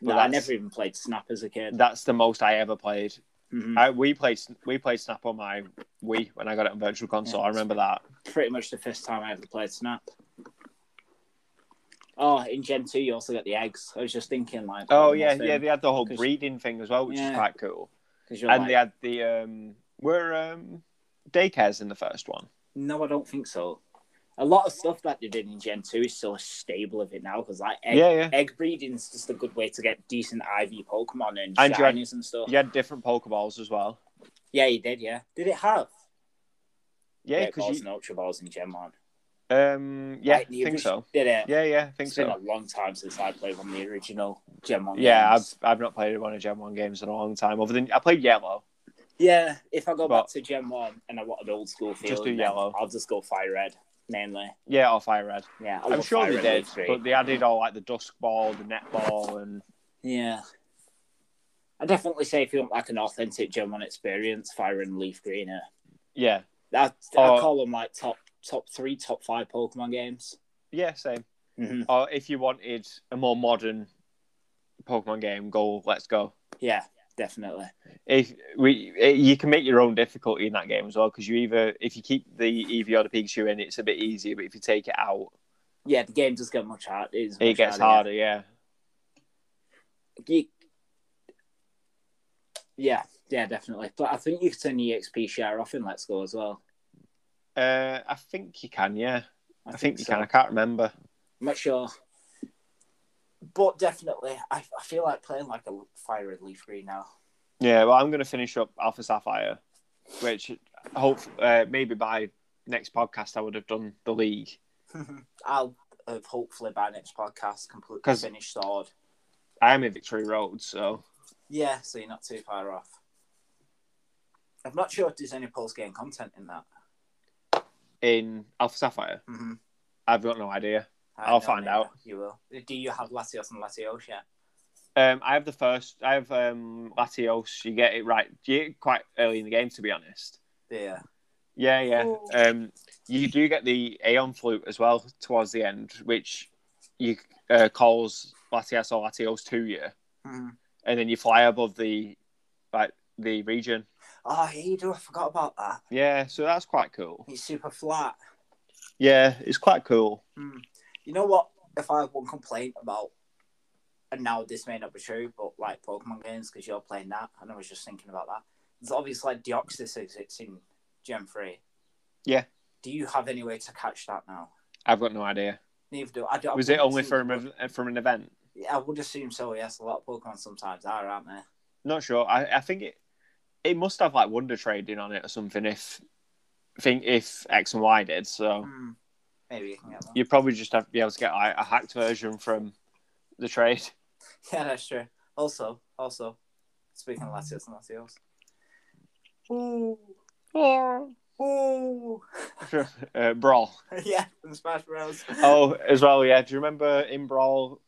Speaker 2: No,
Speaker 1: well,
Speaker 2: I
Speaker 1: that's-
Speaker 2: never even played Snap as a kid.
Speaker 1: That's the most I ever played.
Speaker 2: Mhm.
Speaker 1: I, we played we played Snap on my Wii when I got it on Virtual Console. I remember that.
Speaker 2: Pretty much the first time I ever played Snap. Oh, in Gen 2, you also got the eggs. I was just thinking, like,
Speaker 1: Oh
Speaker 2: one
Speaker 1: yeah,
Speaker 2: more
Speaker 1: yeah.
Speaker 2: thing,
Speaker 1: They had the whole
Speaker 2: 'Cause-
Speaker 1: breeding thing as well, which is
Speaker 2: Yeah.
Speaker 1: quite cool.
Speaker 2: 'cause you're
Speaker 1: and
Speaker 2: like,
Speaker 1: they had the um, were um, daycares in the first one.
Speaker 2: No, I don't think so. A lot of stuff that they did in Gen 2 is still a stable of it now because like egg,
Speaker 1: Yeah, yeah.
Speaker 2: egg breeding's just a good way to get decent IV Pokemon and,
Speaker 1: And you had-
Speaker 2: shinies and stuff.
Speaker 1: You had different Pokeballs as well.
Speaker 2: yeah, you did, yeah. Did it have
Speaker 1: Yeah,
Speaker 2: Great Balls
Speaker 1: because
Speaker 2: and Ultra Balls in Gen 1?
Speaker 1: you, um, yeah,
Speaker 2: Like, the
Speaker 1: think so.
Speaker 2: orig- Did it?
Speaker 1: Yeah, yeah, I think
Speaker 2: It's been
Speaker 1: so.
Speaker 2: a long time since I played on the original Gen 1
Speaker 1: Yeah, I've
Speaker 2: games.
Speaker 1: I've not played one of Gen One games in a long time. Other than I played Yellow.
Speaker 2: Yeah, if I go
Speaker 1: But-
Speaker 2: back to Gen 1 and I want an old school feel,
Speaker 1: do yellow.
Speaker 2: I'll just go Fire Red. mainly.
Speaker 1: Yeah, or Fire Red.
Speaker 2: Yeah, I
Speaker 1: I'm
Speaker 2: love
Speaker 1: sure
Speaker 2: Fire
Speaker 1: they
Speaker 2: Red
Speaker 1: did,
Speaker 2: League Three.
Speaker 1: but they added all like the dusk ball, the net ball, and
Speaker 2: Yeah. I definitely say if you want like an authentic German experience, Fire and Leaf Green are
Speaker 1: yeah,
Speaker 2: that I
Speaker 1: Or-
Speaker 2: call them like top top three, top five Pokemon games.
Speaker 1: yeah, same.
Speaker 2: Mhm.
Speaker 1: Or if you wanted a more modern Pokemon game, go Let's Go.
Speaker 2: Yeah, definitely.
Speaker 1: If we, eh, you can make your own difficulty in that game as well, because you either if you keep the Eevee or the Pikachu in, it's a bit easier, but if you take it out,
Speaker 2: Yeah, the game does get much hard. It, is
Speaker 1: it
Speaker 2: much
Speaker 1: gets harder. Yeah,
Speaker 2: You- yeah, yeah, definitely. But I think you can turn your XP share off in Let's Go as well.
Speaker 1: Uh, I think you can. Yeah, I, think, you can. I can't remember.
Speaker 2: I'm not sure. But definitely, I, I feel like playing like a Fire Red Leaf Green now.
Speaker 1: Yeah, well, I'm going to finish up Alpha Sapphire, which hope uh, maybe by next podcast I would have done the league.
Speaker 2: I'll have hopefully by next podcast completely
Speaker 1: 'Cause-
Speaker 2: finished Sword.
Speaker 1: I am in Victory Road, so
Speaker 2: Yeah, so you're not too far off. I'm not sure if there's any post game content in that.
Speaker 1: in Alpha Sapphire,
Speaker 2: Mm-hmm.
Speaker 1: I've got no idea. I'll find out.
Speaker 2: You will. Do you have Latios and Latios yet?
Speaker 1: Um, I have the first. I have um, Latios. You get it right. You get it quite early in the game, to be honest.
Speaker 2: Yeah.
Speaker 1: Yeah, yeah.
Speaker 2: Oh.
Speaker 1: Um, you do get the Aeon flute as well towards the end, which you uh, calls Latias or Latios to you.
Speaker 2: Mhm.
Speaker 1: and then you fly above the like the region.
Speaker 2: Oh, yeah, you do. I forgot about that.
Speaker 1: Yeah, so that's quite cool.
Speaker 2: He's super flat.
Speaker 1: Yeah, it's quite cool.
Speaker 2: You know what? If I have one complaint about, and now this may not be true, but like Pokemon games, because you're playing that, and I was just thinking about that. There's obviously like Deoxys exists in Gen 3.
Speaker 1: Yeah.
Speaker 2: Do you have any way to catch that now?
Speaker 1: I've got no idea.
Speaker 2: Neither do I. I
Speaker 1: Was it
Speaker 2: wouldn't
Speaker 1: only
Speaker 2: see-
Speaker 1: from an, from an event?
Speaker 2: Yeah, I would assume so. Yes, a lot of Pokemon sometimes are, aren't they?
Speaker 1: Not sure. I, I think it it must have like wonder trading on it or something. If think if X and Y did, so
Speaker 2: Hmm. Maybe you can get one.
Speaker 1: you probably just have to be able to get like, a hacked version from the trade.
Speaker 2: Yeah, that's true. Also, also, speaking of Latios and Latios. Ooh. Ooh.
Speaker 1: uh, Brawl.
Speaker 2: yeah, from Smash Bros.
Speaker 1: Oh, as well. Yeah. Do you remember in Brawl?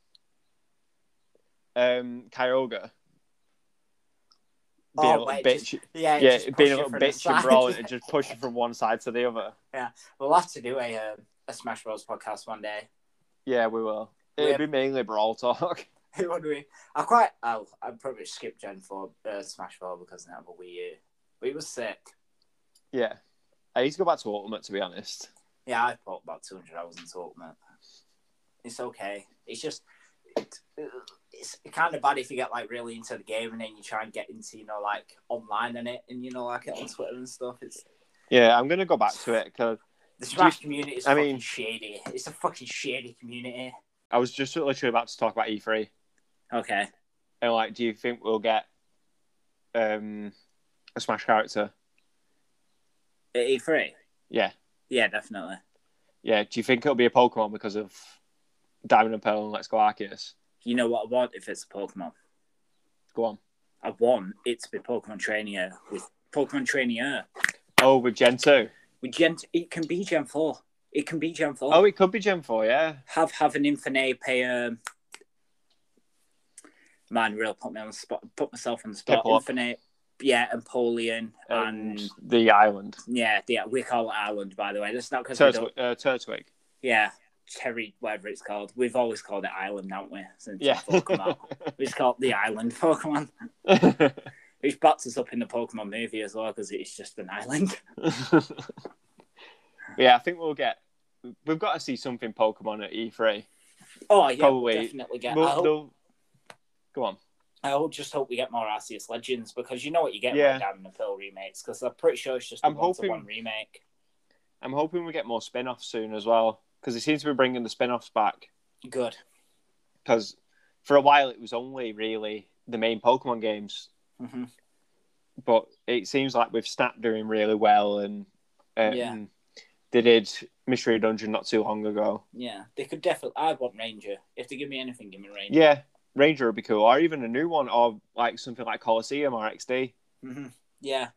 Speaker 1: Um, Kyogre.
Speaker 2: Oh,
Speaker 1: Being a little
Speaker 2: wait,
Speaker 1: bitch.
Speaker 2: yeah,
Speaker 1: yeah,
Speaker 2: just push
Speaker 1: being
Speaker 2: it
Speaker 1: a little
Speaker 2: from the
Speaker 1: bitch
Speaker 2: side.
Speaker 1: and brawling and just pushing from one side to the other.
Speaker 2: We'll have to do a, uh, a Smash Bros podcast one day.
Speaker 1: Yeah, we will.
Speaker 2: We
Speaker 1: It'll
Speaker 2: have-
Speaker 1: be mainly brawl talk.
Speaker 2: Who would we? I quite. Oh, I'd probably skip Gen 4, uh, Smash 4 because now, but we, uh, we were sick.
Speaker 1: yeah, I need to go back to Ultimate to be honest.
Speaker 2: Yeah, I put about 200 hours into Ultimate. It's okay. It's just, it, it's kind of bad if you get like really into the game and then you try and get into, you know, like online and it and, you know, like it on Twitter and stuff. It's
Speaker 1: Yeah, I'm gonna go back to it because
Speaker 2: the Smash community is
Speaker 1: I
Speaker 2: fucking
Speaker 1: mean-
Speaker 2: shady. It's a fucking shady community.
Speaker 1: I was just literally about to talk about E3
Speaker 2: Okay.
Speaker 1: and like, do you think we'll get um a Smash character?
Speaker 2: E3?
Speaker 1: Yeah,
Speaker 2: Yeah, definitely.
Speaker 1: yeah. Do you think it'll be a Pokemon because of Diamond and Pearl and Let's Go Arceus?
Speaker 2: You know what I want if it's a Pokemon?
Speaker 1: Go on.
Speaker 2: I want it to be Pokemon Trainer with Pokemon Trainer.
Speaker 1: Oh, with Gen two.
Speaker 2: With Gen, it can be Gen 4. It can be Gen 4.
Speaker 1: Oh, it could be Gen four. Yeah.
Speaker 2: have have an infinite pay um man real put me on the spot put myself on the spot
Speaker 1: Piplup.
Speaker 2: infinite yeah Empoleon
Speaker 6: Oh,
Speaker 2: and,
Speaker 1: And the island.
Speaker 2: yeah yeah we call it Island by the way that's not because we
Speaker 1: Turtwig.
Speaker 2: don't
Speaker 1: Uh, Turtwig.
Speaker 2: yeah Terry whatever it's called we've always called it Island haven't we since
Speaker 1: Yeah.
Speaker 2: Pokemon we just call it the Island Pokemon which backs us up in the Pokemon movie as well because it's just an island
Speaker 1: yeah, I think we'll get. We've got to see something Pokemon at E3.
Speaker 2: oh yeah we'll
Speaker 1: Probably.
Speaker 2: definitely get
Speaker 1: We'll-
Speaker 2: I, hope,
Speaker 1: they'll- Go on.
Speaker 2: I hope- just hope we get more Arceus Legends because you know what you get
Speaker 1: Yeah.
Speaker 2: with Diamond and Pearl remakes because I'm pretty sure it's just a
Speaker 1: I'm
Speaker 2: one to one
Speaker 1: hoping-
Speaker 2: remake
Speaker 1: I'm hoping we get more spin offs soon as well because they seem to be bringing the spin offs back.
Speaker 2: Good.
Speaker 1: Because for a while it was only really the main Pokemon games,
Speaker 2: hmm
Speaker 1: but it seems like with Snap doing really well and um,
Speaker 2: Yeah.
Speaker 1: they did Mystery Dungeon not too long ago.
Speaker 2: Yeah, they could definitely. I want Ranger. If they give me anything, give me Ranger.
Speaker 1: Yeah, Ranger would be cool, or even a new one, or like something like Coliseum or XD.
Speaker 2: hmm Yeah.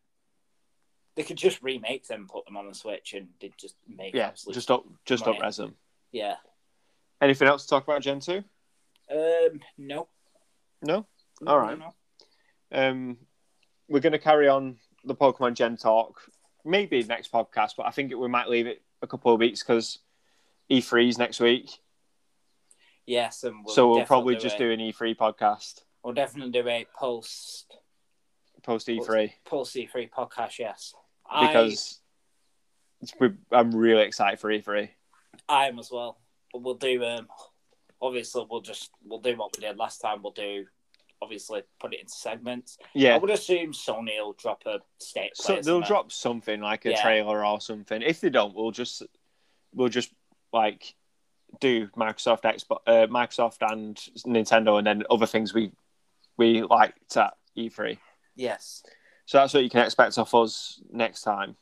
Speaker 6: They could just remake them, put them on the Switch, and they'd just make
Speaker 1: Yeah,
Speaker 6: absolute
Speaker 1: just don't just don't
Speaker 6: Right.
Speaker 1: res them.
Speaker 6: yeah.
Speaker 1: Anything else to talk about Gen two?
Speaker 6: Um, no.
Speaker 1: No.
Speaker 6: No,
Speaker 1: All right.
Speaker 6: no, no.
Speaker 1: Um, we're going to carry on the Pokemon Gen talk, maybe next podcast, but I think it, we might leave it a couple of weeks because E3 is next week,
Speaker 6: Yes, and we'll
Speaker 1: so we'll
Speaker 6: definitely
Speaker 1: probably just
Speaker 6: a-
Speaker 1: do an E3 podcast
Speaker 6: We'll definitely do a post
Speaker 1: post E3
Speaker 6: post C three podcast. Yes,
Speaker 1: because it's, we- I'm really excited for E E3.
Speaker 6: I, I am as well. But we'll do um. Obviously, we'll just we'll do what we did last time. We'll do obviously put it into segments. I
Speaker 1: Yeah,
Speaker 6: would assume Sony will drop a state.
Speaker 1: so
Speaker 6: play
Speaker 1: they'll
Speaker 6: somewhere.
Speaker 1: drop something like a
Speaker 6: Yeah.
Speaker 1: trailer or something. If they don't, we'll just we'll just like do Microsoft Xbox, uh, Microsoft and Nintendo, and then other things we we liked at E E3.
Speaker 6: Yes,
Speaker 1: So that's what you can expect off us next time.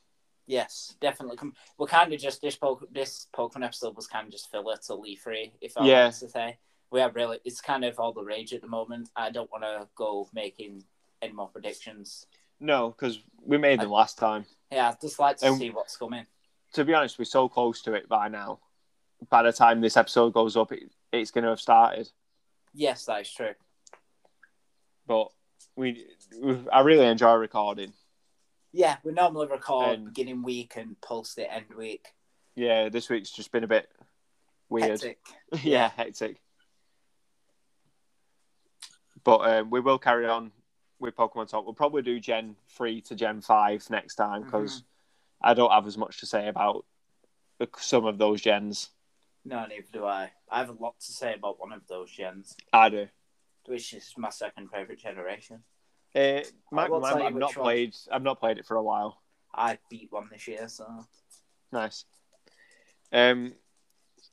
Speaker 6: yes, definitely. Come- We're kind of just this Pokemon, this Pokemon episode was kind of just filler to Lee free, if I
Speaker 1: Yeah.
Speaker 6: yeah. to say. We are really, it's kind of all the rage at the moment. I don't want to go making any more predictions.
Speaker 1: No, because we made them last time.
Speaker 6: Yeah, I'd just like to
Speaker 1: Um,
Speaker 6: see what's coming.
Speaker 1: To be honest, we're so close to it by now. By the time this episode goes up, it, it's going to have started.
Speaker 6: Yes, that is true.
Speaker 1: But we, we I really enjoy recording.
Speaker 6: Yeah, we normally record
Speaker 1: Um,
Speaker 6: beginning week and post it end week.
Speaker 1: Yeah, this week's just been a bit weird.
Speaker 6: Hectic.
Speaker 1: yeah, hectic. But um, we will carry on with Pokemon Talk. We'll probably do Gen 3 to Gen 5 next time because I don't have as much to say about the- some of those gens.
Speaker 6: No, neither do I. I have a lot to say about one of those gens,
Speaker 1: I do.
Speaker 6: which is my second favorite generation.
Speaker 1: Uh,
Speaker 6: I
Speaker 1: might
Speaker 6: will
Speaker 1: remind
Speaker 6: tell
Speaker 1: me,
Speaker 6: you
Speaker 1: I've not
Speaker 6: which one.
Speaker 1: played. I've not played it for a while.
Speaker 6: I beat one this year, so
Speaker 1: Nice. Um,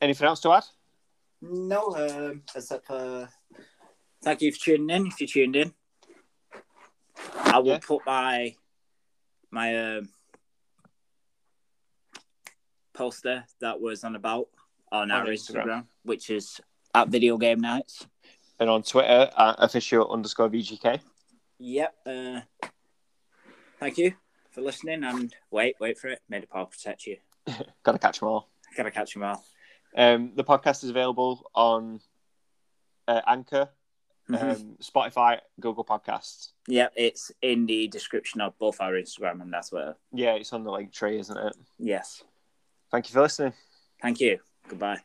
Speaker 1: anything else to add?
Speaker 6: No, um, except for thank you for tuning in. If you tuned in, I will
Speaker 1: Yeah.
Speaker 6: put my my um, poster that was on about
Speaker 1: On
Speaker 6: on, our
Speaker 1: Instagram.
Speaker 6: Instagram. which is at video game nights.
Speaker 1: And on Twitter at official underscore VGK.
Speaker 6: Yep. Uh, thank you for listening. And wait, wait for it. Made a paw protect you.
Speaker 1: Got to catch them all.
Speaker 6: I gotta catch them all.
Speaker 1: Um, the podcast is available on uh, Anchor,
Speaker 6: Mhm.
Speaker 1: um, Spotify, Google Podcasts.
Speaker 6: Yep, it's in the description of both our Instagram and that's where.
Speaker 1: Yeah, it's on the link tree, isn't it?
Speaker 6: Yes.
Speaker 1: Thank you for listening.
Speaker 6: Thank you. Goodbye.